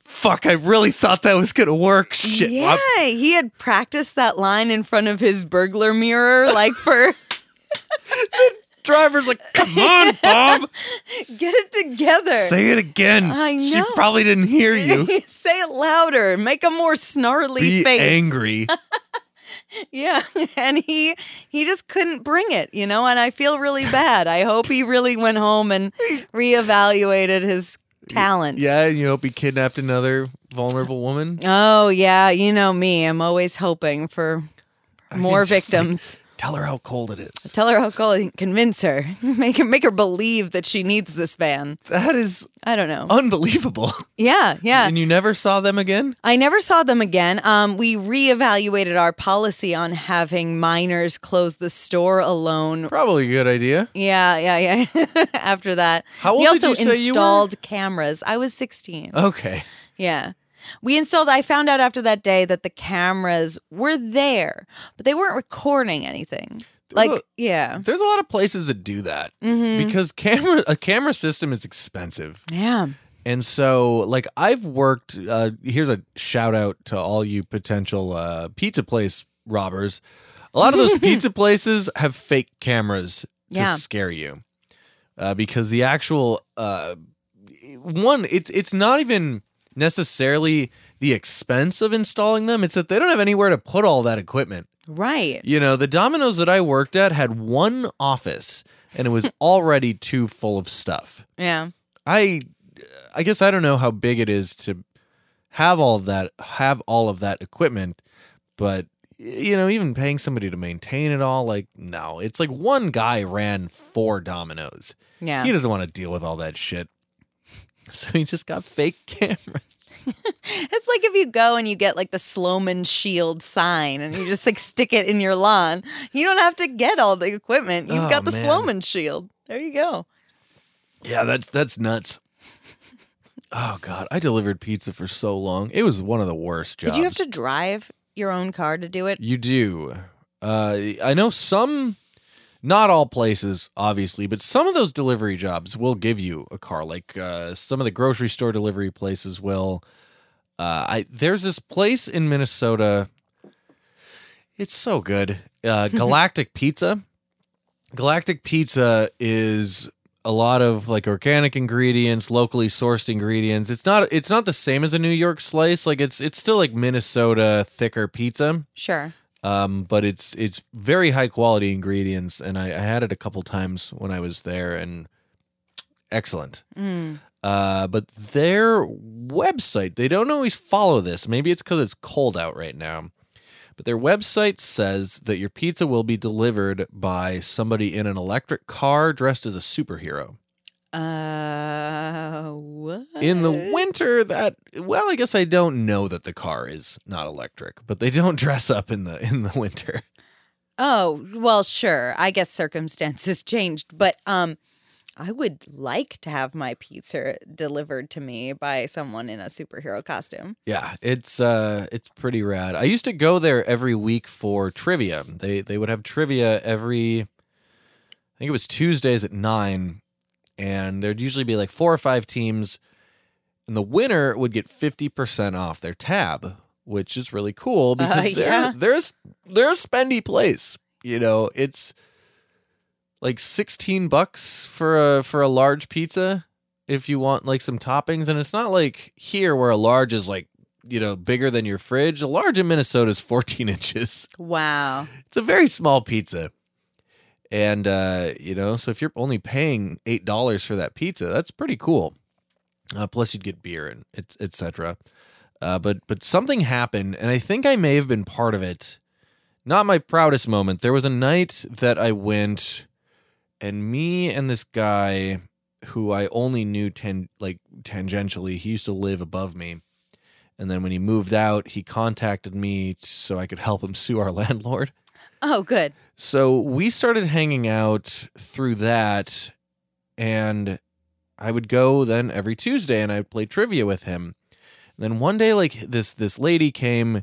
fuck! I really thought that was gonna work. Shit. yeah, I'm- he had practiced that line in front of his burglar mirror like for driver's like, come on, Bob, get it together. say it again. I She know. probably didn't hear you. Say it louder. Make a more snarly Be face. angry. Yeah, and he he just couldn't bring it, you know. And I feel really bad. I hope he really went home and reevaluated his talents. Yeah, and you hope he kidnapped another vulnerable woman. Oh yeah, you know me. I'm always hoping for can more just, like, victims. Tell her how cold it is. Tell her how cold. Convince her. Make her make her believe that she needs this man. That is I don't know. Oh. unbelievable. yeah, yeah. And you never saw them again? I never saw them again. Um, we reevaluated our policy on having minors close the store alone probably a good idea. Yeah, yeah, yeah. After that, How we old did also you say you were? installed cameras. I was 16. Okay. Yeah. We installed I found out after that day that the cameras were there, but they weren't recording anything. Like, Well- yeah. There's a lot of places that do that Mm-hmm. because camera a camera system is expensive. Yeah. And so, like, I've worked. Uh, here's a shout out to all you potential uh, pizza place robbers. A lot of those pizza places have fake cameras to Yeah. scare you, uh, because the actual uh, one, it's it's not even necessarily the expense of installing them. It's that they don't have anywhere to put all that equipment. Right. You know, the Domino's that I worked at had one office, and it was already too full of stuff. Yeah. I I guess I don't know how big it is to have all of that have all of that equipment, but you know, even paying somebody to maintain it all, like no, it's like one guy ran four dominoes. Yeah. He doesn't want to deal with all that shit. So he just got fake cameras. It's like if you go and you get like the Sloman Shield sign and you just like stick it in your lawn. You don't have to get all the equipment. You've Oh, got the man. Sloman Shield. There you go. Yeah, that's that's nuts. Oh god, I delivered pizza for so long. It was one of the worst jobs. Did you have to drive your own car to do it? You do. Uh, I know some, not all places, obviously, but some of those delivery jobs will give you a car. Like uh, some of the grocery store delivery places will. Uh, I there's this place in Minnesota. It's so good. Uh, Galactic Pizza. Galactic Pizza is a lot of like organic ingredients, locally sourced ingredients. It's not it's not the same as a New York slice. Like it's it's still like Minnesota thicker pizza Sure. um, but it's it's very high quality ingredients, and I, I had it a couple times when I was there, and excellent. Mm. Uh, but their website, they don't always follow this. Maybe it's because it's cold out right now. But their website says that your pizza will be delivered by somebody in an electric car dressed as a superhero. Uh, what? In the winter, that well, I guess I don't know that the car is not electric, but they don't dress up in the in the winter. oh well, sure. I guess circumstances changed, but um, I would like to have my pizza delivered to me by someone in a superhero costume. Yeah, it's uh it's pretty rad. I used to go there every week for trivia. They they would have trivia every I think it was Tuesdays at 9 and there'd usually be like four or five teams, and the winner would get fifty percent off their tab, which is really cool because they're, yeah. there's they're a spendy place. You know, it's like sixteen bucks for a for a large pizza if you want like some toppings, and it's not like here where a large is like you know bigger than your fridge. A large in Minnesota is fourteen inches Wow. it's a very small pizza and uh you know so if you're only paying eight dollars for that pizza that's pretty cool uh, plus you'd get beer and et, et cetera uh, but but something happened and i think i may have been part of it not my proudest moment there was a night that i went and me and this guy who i only knew ten like tangentially he used to live above me and then when he moved out he contacted me so i could help him sue our landlord Oh, good. so we started hanging out through that, and I would go then every Tuesday and I'd play trivia with him. And then one day, like this this lady came,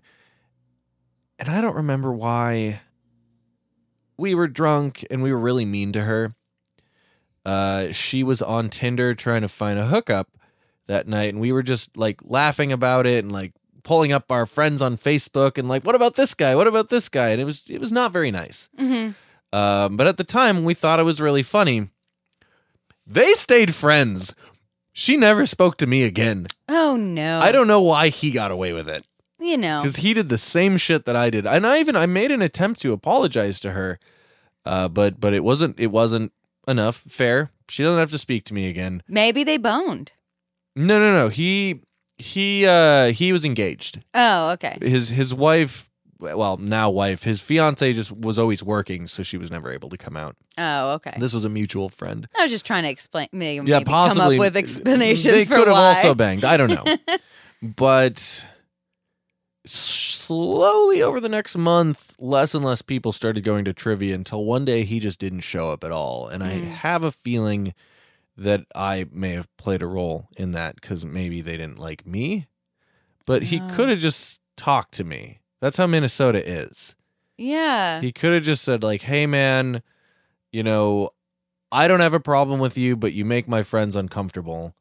and I don't remember why. We were drunk and we were really mean to her. Uh, she was on Tinder trying to find a hookup that night, and we were just like laughing about it and like pulling up our friends on Facebook and like, what about this guy? What about this guy? And it was it was not very nice. hmm Um, but at the time, we thought it was really funny. They stayed friends. She never spoke to me again. Oh no. I don't know why he got away with it You know. because he did the same shit that I did, and I even I made an attempt to apologize to her, uh, but but it wasn't it wasn't enough fair. She doesn't have to speak to me again. Maybe they boned. No no no. He he uh, he was engaged. Oh, okay. his his wife well now wife his fiance just was always working so she was never able to come out Oh, okay. this was a mutual friend I was just trying to explain. Maybe, yeah maybe possibly come up with explanations they for could have why. also banged i don't know but slowly over the next month less and less people started going to trivia until one day he just didn't show up at all and i Mm. have a feeling that i may have played a role in that because maybe they didn't like me but he Oh. could have just talked to me that's how minnesota is yeah. he could have just said like, "Hey man, you know, I don't have a problem with you, but you make my friends uncomfortable.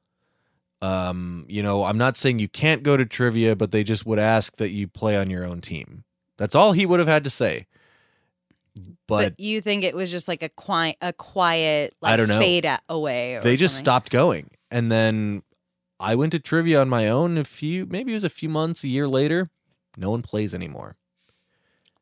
Um, you know, I'm not saying you can't go to trivia, but they just would ask that you play on your own team." That's all he would have had to say. But, but you think it was just like a quiet, a quiet, like I don't know. fade a- away. Or they just something. stopped going. And then I went to trivia on my own a few maybe it was a few months, a year later. No one plays anymore.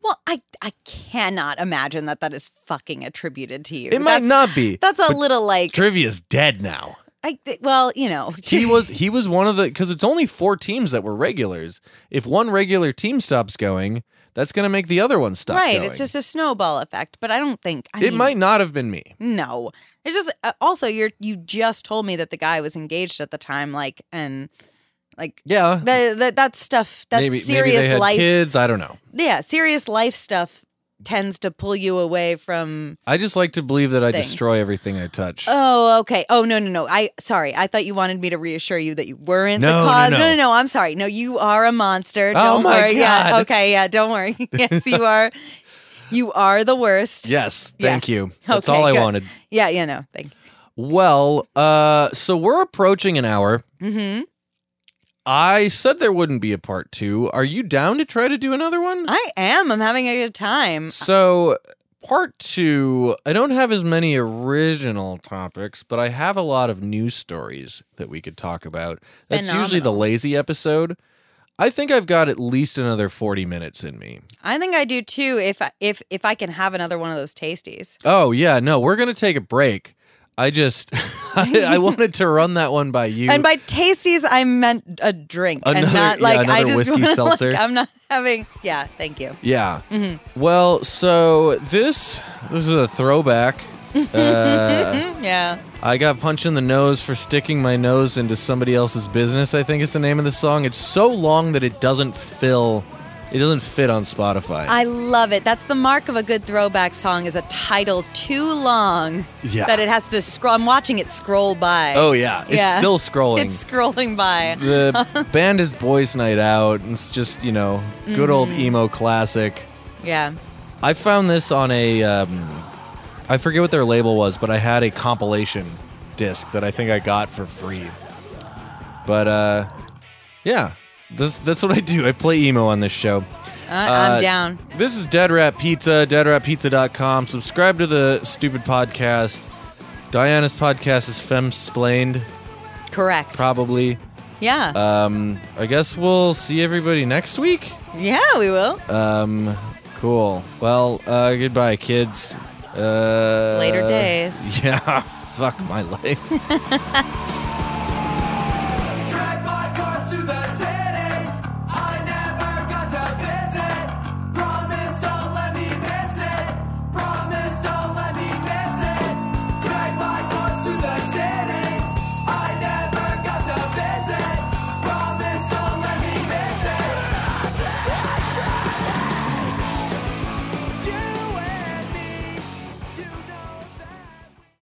Well, I I cannot imagine that that is fucking attributed to you. It might That's- not be. That's a but little like Trivia's dead now. I thi- well, you know, he was he was one of the because it's only four teams that were regulars. If one regular team stops going, that's going to make the other one stop. right. going. It's just a snowball effect, but I don't think I it mean, might not have been me. No, it's just uh, also you're you just told me that the guy was engaged at the time, like and like Yeah, that that, that stuff that maybe serious maybe they had life, kids. I don't know. yeah, serious life stuff tends to pull you away from. I just like to believe that I Things. destroy everything I touch. Oh, okay. Oh no, no, no. I sorry. I thought you wanted me to reassure you that you weren't No, no, the cause. no. no, I'm sorry. No, you are a monster. Oh, Don't my worry. Yeah. God. Okay. Yeah. Don't worry. Yes, you are. You are the worst. yes, thank Yes. you. That's Okay, all I good. wanted. Yeah. Yeah. No. Thank. Well, uh, so we're approaching an hour. You. Mm-hmm. I said there wouldn't be a part two. Are you down to try to do another one? I am. I'm having a good time. So, part two, I don't have as many original topics, but I have a lot of news stories that we could talk about. That's usually the Phenomenal. lazy episode. I think I've got at least another 40 minutes in me. I think I do too. If I- if if I can have another one of those tasties. Oh, yeah. No, we're going to take a break. I just, I, I wanted to run that one by you. and by tasties, I meant a drink, Another- and not yeah, like I another just whiskey want seltzer. Like, I'm not having. Yeah, thank you. yeah. Mm-hmm. Well, so this, this is a throwback. Uh, Yeah. I got punched in the nose for sticking my nose into somebody else's business. I think is the name of the song. It's so long that it doesn't fill. It doesn't fit on Spotify. I love it. That's the mark of a good throwback song is a title too long Yeah. that it has to scroll. I'm watching it scroll by. oh yeah, it's Yeah. still scrolling. It's scrolling by. the band is Boys Night Out. and It's just you know good old Mm. emo classic. Yeah. I found this on a. Um, I forget what their label was, but I had a compilation disc that I think I got for free. But uh, yeah, this that's what I do. I play emo on this show. Uh, I'm Uh, down. This is Dead Rat Pizza, deadratpizza.com. Subscribe to the stupid podcast. Diana's podcast is Femsplained, Correct. probably. yeah. Um, I guess we'll see everybody next week. yeah, we will. Um, cool. Well, uh, goodbye, kids. Uh, Later days. Yeah, fuck my life.